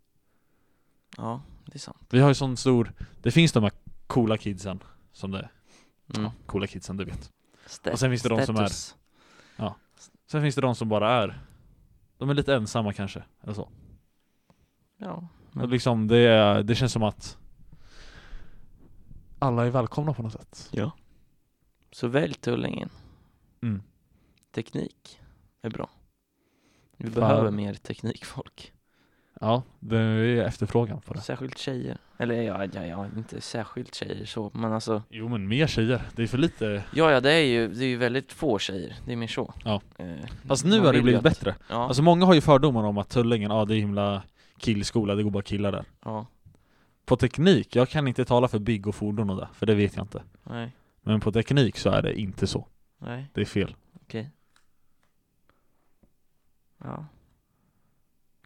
S1: Ja, det är sant.
S2: Vi har ju sån stor Det finns de här coola kidsen Som det
S1: Mm.
S2: ja, coola kidsen du vet
S1: Ste-
S2: Och sen finns det de som är-
S1: status.
S2: Sen finns det de som bara är De är lite ensamma kanske eller så.
S1: Ja.
S2: Och liksom det, är- det känns som att Alla är välkomna på något sätt
S1: Så välj Tullingen.
S2: mm.
S1: Teknik är bra. Vi
S2: Fan.
S1: behöver mer teknikfolk.
S2: Ja, det är efterfrågan på det
S1: Särskilt tjejer. Eller ja, ja, ja, inte särskilt tjejer så, men alltså
S2: Jo men mer tjejer, det är för lite
S1: Ja, ja, det är ju, det är ju väldigt få tjejer. Det är mer så.
S2: Ja.
S1: Eh,
S2: Fast
S1: man
S2: nu har
S1: vill
S2: det
S1: ju
S2: blivit
S1: att-
S2: bättre
S1: Ja,
S2: Alltså många har ju fördomar om att Tullingen, ja ah, det är himla killskola, det går bara killar där
S1: ja,
S2: På teknik, jag kan inte tala för bygg och fordon och det, för det vet jag inte
S1: nej,
S2: Men på teknik så är det inte så,
S1: nej,
S2: det är fel
S1: ja.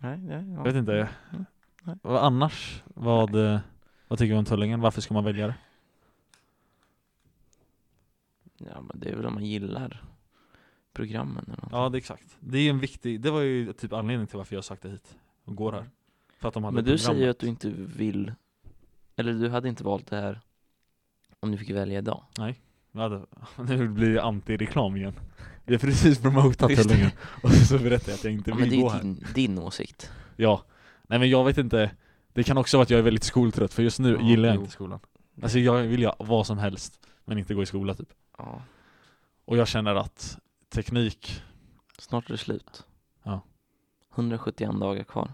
S1: Nej, nej, ja.
S2: Jag vet inte,
S1: Mm. Nej.
S2: vad annars? Vad, eh, vad tycker vi om Tullingen? Varför ska man välja det?
S1: Ja, men det är väl om man gillar programmen eller något.
S2: Ja det är exakt, det är ju en viktig, det var ju typ anledningen till varför jag sökte hit och går här För att de hade
S1: Men du säger ju
S2: programmet.
S1: att du inte vill, eller du hade inte valt det här om du fick välja idag.
S2: Vi hade, nu blir det anti-reklam igen Vi har precis promotat
S1: Just det.
S2: Tullingen, och så berättar jag att jag inte
S1: Ja, men det
S2: vill gå
S1: är
S2: här
S1: ju din, din åsikt.
S2: Ja, nej men jag vet inte Det kan också vara att jag är väldigt skoltrött för just nu
S1: Ja,
S2: gillar jag
S1: jo.
S2: inte skolan Alltså jag vill göra vad som helst men inte gå i skola typ
S1: Ja,
S2: Och jag känner att teknik,
S1: snart är det slut.
S2: Ja.
S1: 171 dagar kvar.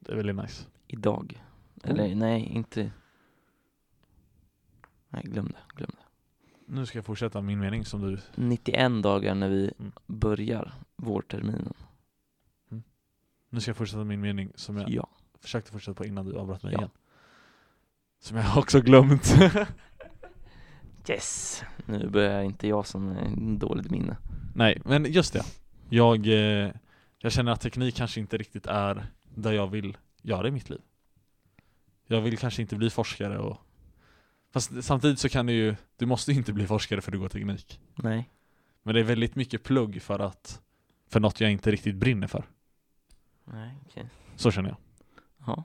S2: det är väldigt nice
S1: Idag. Eller nej, inte... Nej, glöm det, glöm det.
S2: Nu ska jag fortsätta min mening som du
S1: 91 dagar när vi
S2: Mm.
S1: börjar vårterminen.
S2: Nu ska jag fortsätta min mening som
S1: Ja.
S2: jag försökte fortsätta på innan du avbröt mig
S1: Ja.
S2: igen Som jag också glömt
S1: Yes! Nu börjar inte jag som är en dåligt minne.
S2: Nej men just det jag, eh, jag känner att teknik kanske inte riktigt är där jag vill göra i mitt liv Jag vill kanske inte bli forskare och Fast samtidigt så kan du ju Du måste ju inte bli forskare för att du går teknik
S1: Nej.
S2: Men det är väldigt mycket plugg för att För något jag inte riktigt brinner för
S1: Nej, okej.
S2: Så känner jag
S1: Ja.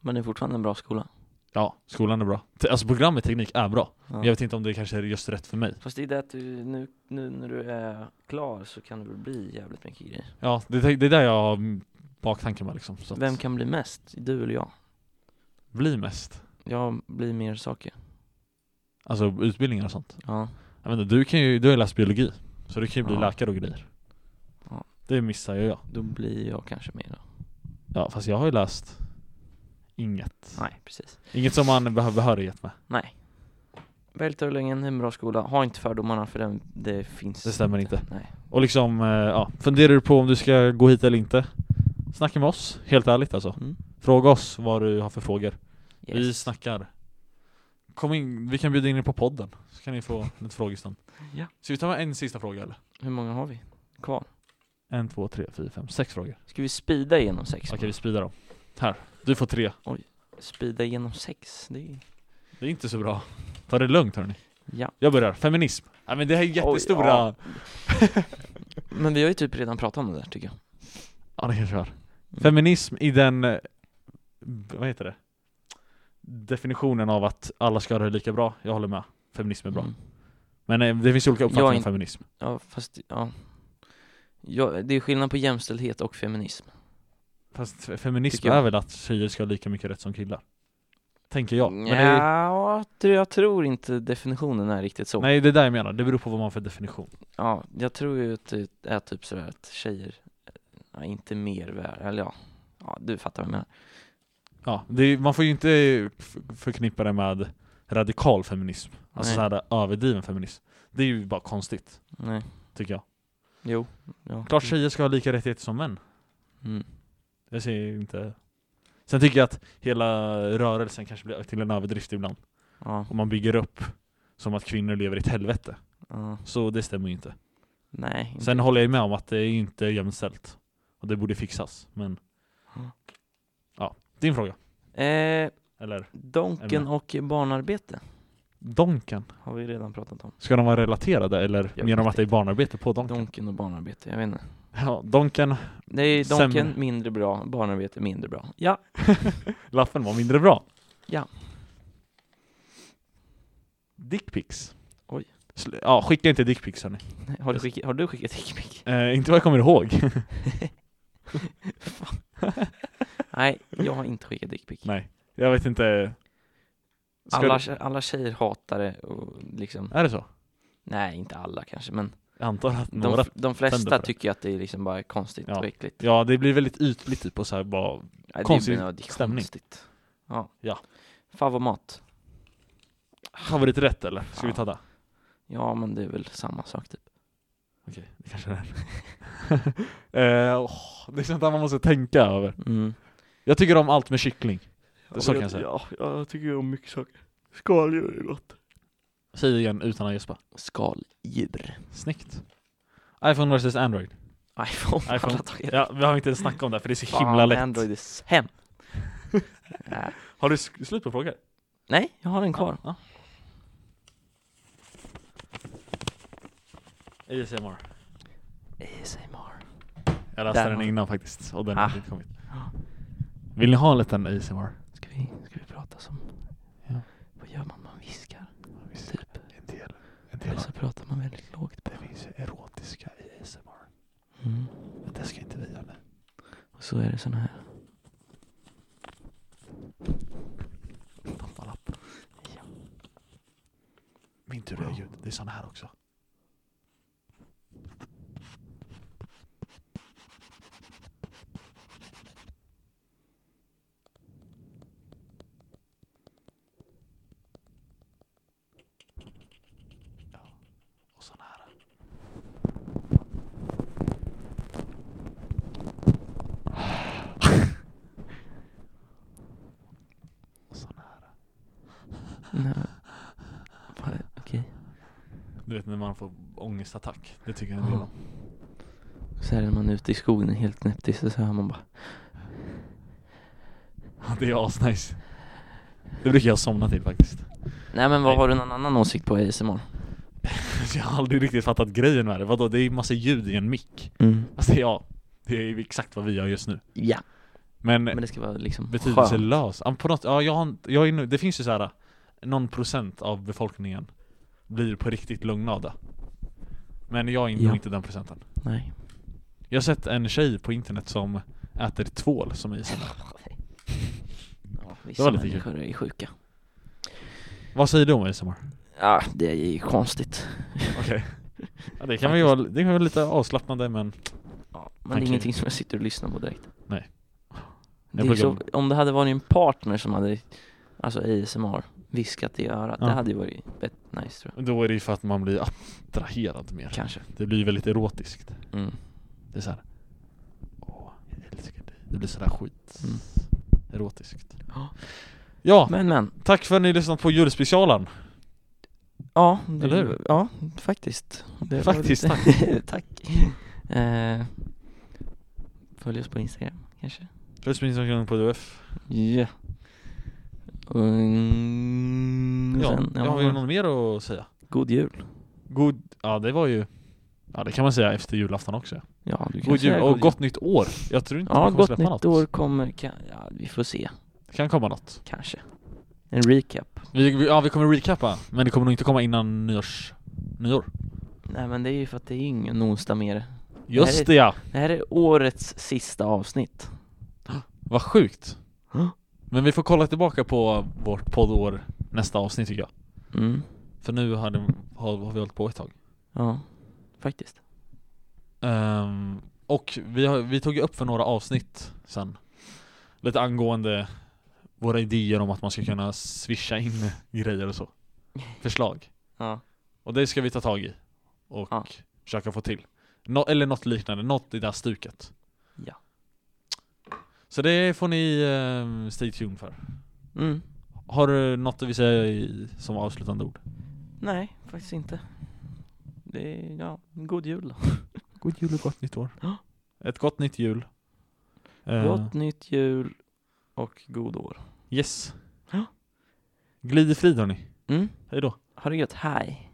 S1: Men det är fortfarande en bra skola.
S2: Ja, skolan är bra Te- Alltså programmet teknik är bra
S1: Ja.
S2: Men jag vet inte om det kanske är just rätt för mig
S1: Fast det är det att du, nu, nu när du är klar så kan det väl bli jävligt mycket grejer.
S2: Ja, det, är- det är där jag har mm, baktanken med liksom så att
S1: Vem kan bli mest? Du eller jag?
S2: Bli mest?
S1: Jag blir mer saker.
S2: Alltså utbildningar och sånt
S1: Ja.
S2: Jag vet inte, du kan ju, du har ju läst biologi Så du kan ju bli
S1: Ja.
S2: läkare och grejer
S1: Ja.
S2: Det missar ju jag
S1: Då blir jag kanske mer då.
S2: Ja fast jag har ju läst Inget
S1: Nej, precis.
S2: Inget som man behöver behörighet med
S1: Nej. Välj Tullingen, en bra skola. Ha inte fördomarna för den, det finns
S2: Det stämmer inte
S1: Nej.
S2: Och liksom, eh, ja, funderar du på om du ska gå hit eller inte? Snacka med oss, helt ärligt alltså
S1: Mm.
S2: Fråga oss vad du har för frågor
S1: Yes.
S2: Vi snackar Kom in, vi kan bjuda in er på podden Så kan ni få lite frågestund
S1: Ja.
S2: Ska vi ta med en sista fråga eller?
S1: Hur många har vi kvar?
S2: En, två, tre, fyra, fem, sex frågor
S1: Ska vi speeda igenom sex?
S2: Okej vi sprider dem Här, du får tre
S1: Speeda igenom sex? Det är...
S2: Det är inte så bra Ta det lugnt hörni
S1: Ja.
S2: Jag börjar, feminism. Ja men det här är jättestora...
S1: ja. Men vi har ju typ redan pratat om det där tycker jag.
S2: ja det kanske är.
S1: Mm.
S2: Feminism i den, eh, b- vad heter det? Definitionen av att alla ska ha det lika bra, jag håller med. Feminism är bra.
S1: Mm.
S2: Men eh, det finns olika uppfattningar
S1: Jag är
S2: om feminism.
S1: Ja, fast ja. ja. Det är skillnad på jämställdhet och feminism.
S2: Fast fe- feminism
S1: Tycker jag.
S2: är väl att tjejer ska ha lika mycket rätt som killar? Tänker jag. Men
S1: ja,
S2: det är,
S1: tror- jag tror inte definitionen är riktigt så.
S2: nej det är där jag menar, det beror på vad man har för definition.
S1: Ja, jag tror ju att det är typ sådär att tjejer ja, inte mer värda, eller ja. Ja, du fattar vad jag menar.
S2: Ja, det är, man får ju inte f- förknippa det med radikal feminism. Alltså
S1: Nej.
S2: såhär överdriven feminism. Det är ju bara konstigt,
S1: Nej.
S2: tycker jag.
S1: Jo. Ja.
S2: Klart tjejer ska ha lika rättigheter som män.
S1: Mm.
S2: Jag ser inte... Sen tycker jag att hela rörelsen kanske blir till en överdrift ibland.
S1: Ja.
S2: Och man bygger upp som att kvinnor lever i ett helvete.
S1: ja.
S2: Så det stämmer ju inte.
S1: Nej. inte-
S2: Sen håller jag ju med om att det är inte jämställt. Och det borde fixas, men...
S1: Ja.
S2: Ja, din fråga.
S1: Eh,
S2: Eller
S1: donken och barnarbete
S2: Donken.
S1: har vi redan pratat om.
S2: Ska de vara relaterade eller
S1: Jag
S2: menar de
S1: vet
S2: att det är barnarbete på Donken?
S1: Donken och barnarbete, jag vet inte.
S2: Ja, Donken.
S1: Det är donken
S2: Sämre.
S1: mindre bra, barnarbete mindre bra. Ja,
S2: Lappen var mindre bra.
S1: Ja.
S2: Dickpics.
S1: Oj.
S2: Sl- Ja, skicka inte dickpics hörni.
S1: Nej, har du skickat, har du skickat dickpic?
S2: Eh, inte vad jag kommer ihåg.
S1: Nej, jag har inte skickat dickpic.
S2: Nej, jag vet inte. Ska
S1: Alla,
S2: du-
S1: tje- alla tjejer hatar det och liksom,
S2: Är det så?
S1: nej inte alla kanske men
S2: Jag antar att
S1: de,
S2: några...
S1: f- de
S2: tänder
S1: flesta
S2: på det.
S1: tycker att det är liksom bara konstigt
S2: Ja.
S1: och äckligt.
S2: Ja, det blir väldigt ytligt typ och så här bara...
S1: Nej,
S2: Konstig
S1: det är, ju- det är
S2: stämning.
S1: konstigt. Ja.
S2: Ja.
S1: Favomat.
S2: Favoriträtt eller? Ska vi ta det?
S1: Ja men det är väl samma sak typ.
S2: Okej, det kanske är det. eh, åh, det är sånt där man måste tänka över.
S1: Mm.
S2: Jag tycker om allt med kyckling. Det så kan jag säga.
S1: Ja, jag tycker om mycket saker. Skaldjur är gott.
S2: Säg det igen utan att gäspa.
S1: Skaldjur.
S2: Snyggt. iPhone vs Android.
S1: iPhone.
S2: iPhone.
S1: Alla dagar.
S2: Ja, vi har inte ens snackat om det här, för det är så
S1: Fan,
S2: himla lätt.
S1: Android är sämst. Nej.
S2: Har du sk- slut på frågor?
S1: Nej, jag har den kvar.
S2: Ja. ASMR.
S1: ASMR.
S2: Jag läste
S1: Där
S2: den
S1: har-
S2: innan faktiskt, och den
S1: Ah.
S2: har inte kommit.
S1: Ja.
S2: Vill ni ha en liten ASMR?
S1: Ska vi, ska vi prata som...
S2: Ja.
S1: Vad gör man? Man viskar.
S2: Visst,
S1: Typ.
S2: en del. En
S1: Eller så pratar man väldigt lågt.
S2: Det finns ju erotiska i ASMR.
S1: Mm.
S2: Men det ska inte vi göra.
S1: Och så är det sån här.
S2: Tappa lappen.
S1: Ja.
S2: Min tur är ljud. Det är såna här också. Ja, och såna här. Och såna här.
S1: Nej. Vad- Okej.
S2: Du vet när man får ångestattack. Det tycker jag
S1: en del om. Mm. Så här är man ute i skogen helt knäpptyst och så hör man bara
S2: Det är asnice. Det brukar jag somna till faktiskt.
S1: Nej men vad
S2: Nej.
S1: har du någon annan åsikt på ASMR?
S2: Så jag har aldrig riktigt fattat grejen med det. Vadå? Det är ju massa ljud i en mick.
S1: Mm.
S2: Alltså ja, det är ju exakt vad vi gör just nu.
S1: Ja,
S2: Men,
S1: men det ska và liksom skönt.
S2: betydelselös. Ja, på något, ja, jag, har, inte- jag är, nu- det finns ju så här någon procent av befolkningen blir på riktigt lugna av det. Men jag är nog
S1: Ja.
S2: inte den procenten.
S1: Nej.
S2: Jag har sett en tjej på internet som äter tvål som ASMR.
S1: Ja, vissa
S2: lite kul.
S1: människor är sjuka.
S2: Vad säger du om ASMR?
S1: Ja, det är ju konstigt.
S2: Okej. Ja, det kan väl vara det kan vara lite avslappnande men
S1: Ja, men
S2: Okej.
S1: det är ingenting som jag sitter och lyssnar på direkt.
S2: Nej.
S1: Det
S2: Jag
S1: är ju så,
S2: pluggar-
S1: om det hade varit en partner som hade, alltså ASMR, viskat i örat,
S2: Ja.
S1: det hade ju varit bet- nice tror jag.
S2: då är det ju för att man blir attraherad mer.
S1: Kanske.
S2: Det blir väldigt erotiskt.
S1: Mm.
S2: Det är så här. Åh, jag älskar dig. Det blir sådär skit.
S1: Mm.
S2: Erotiskt.
S1: Ja.
S2: Ja,
S1: Men men,
S2: tack för att ni har lyssnat på julspecialen.
S1: ja. det-
S2: Eller hur?
S1: Ja, faktiskt. Det var
S2: Faktiskt,
S1: lite- tack. Eh, följ oss på Instagram kanske.
S2: Puss minns omkring på UF.
S1: Ja. Och, mm,
S2: Ja,
S1: sen,
S2: ja, har vi något mer att säga?
S1: God jul.
S2: God, ja det var ju Ja det kan man säga efter julafton också
S1: Ja, du kan
S2: God
S1: säga
S2: jul och gott nytt år! Jag tror inte
S1: Ja,
S2: man kommer
S1: gott
S2: släppa
S1: nytt
S2: något
S1: år kommer, kan, ja, vi får se,
S2: Det kan komma något
S1: kanske. En recap.
S2: vi, vi, Ja vi kommer recappa, men det kommer nog inte komma innan nyårs, nyår
S1: Nej men det är ju för att det är ingen onsdag mer.
S2: Just
S1: Nej.
S2: det ja!
S1: Det här är årets sista avsnitt.
S2: Vad sjukt!
S1: Huh?
S2: Men vi får kolla tillbaka på vårt poddår nästa avsnitt tycker jag
S1: Mm,
S2: För nu har, det, har, har vi hållit på ett tag
S1: ja, faktiskt.
S2: Ehm, Och vi, har, vi tog ju upp för några avsnitt sen Lite angående våra idéer om att man ska kunna swisha in grejer och så Förslag
S1: Ja.
S2: Och det ska vi ta tag i och
S1: Ja.
S2: försöka få till. Nå- eller något liknande, något i det här stuket.
S1: Ja.
S2: Så det får ni eh, stay tuned för.
S1: Mm.
S2: Har du något du vill säga i, som avslutande ord?
S1: Nej, faktiskt inte. Det är, ja, god jul då.
S2: God jul och gott nytt år.
S1: Ja.
S2: Ett gott nytt jul. Eh,
S1: Gott nytt jul och god år.
S2: Yes.
S1: Ja.
S2: Glid i frid hörni.
S1: Mm,
S2: Hej då.
S1: ha det gött, hej.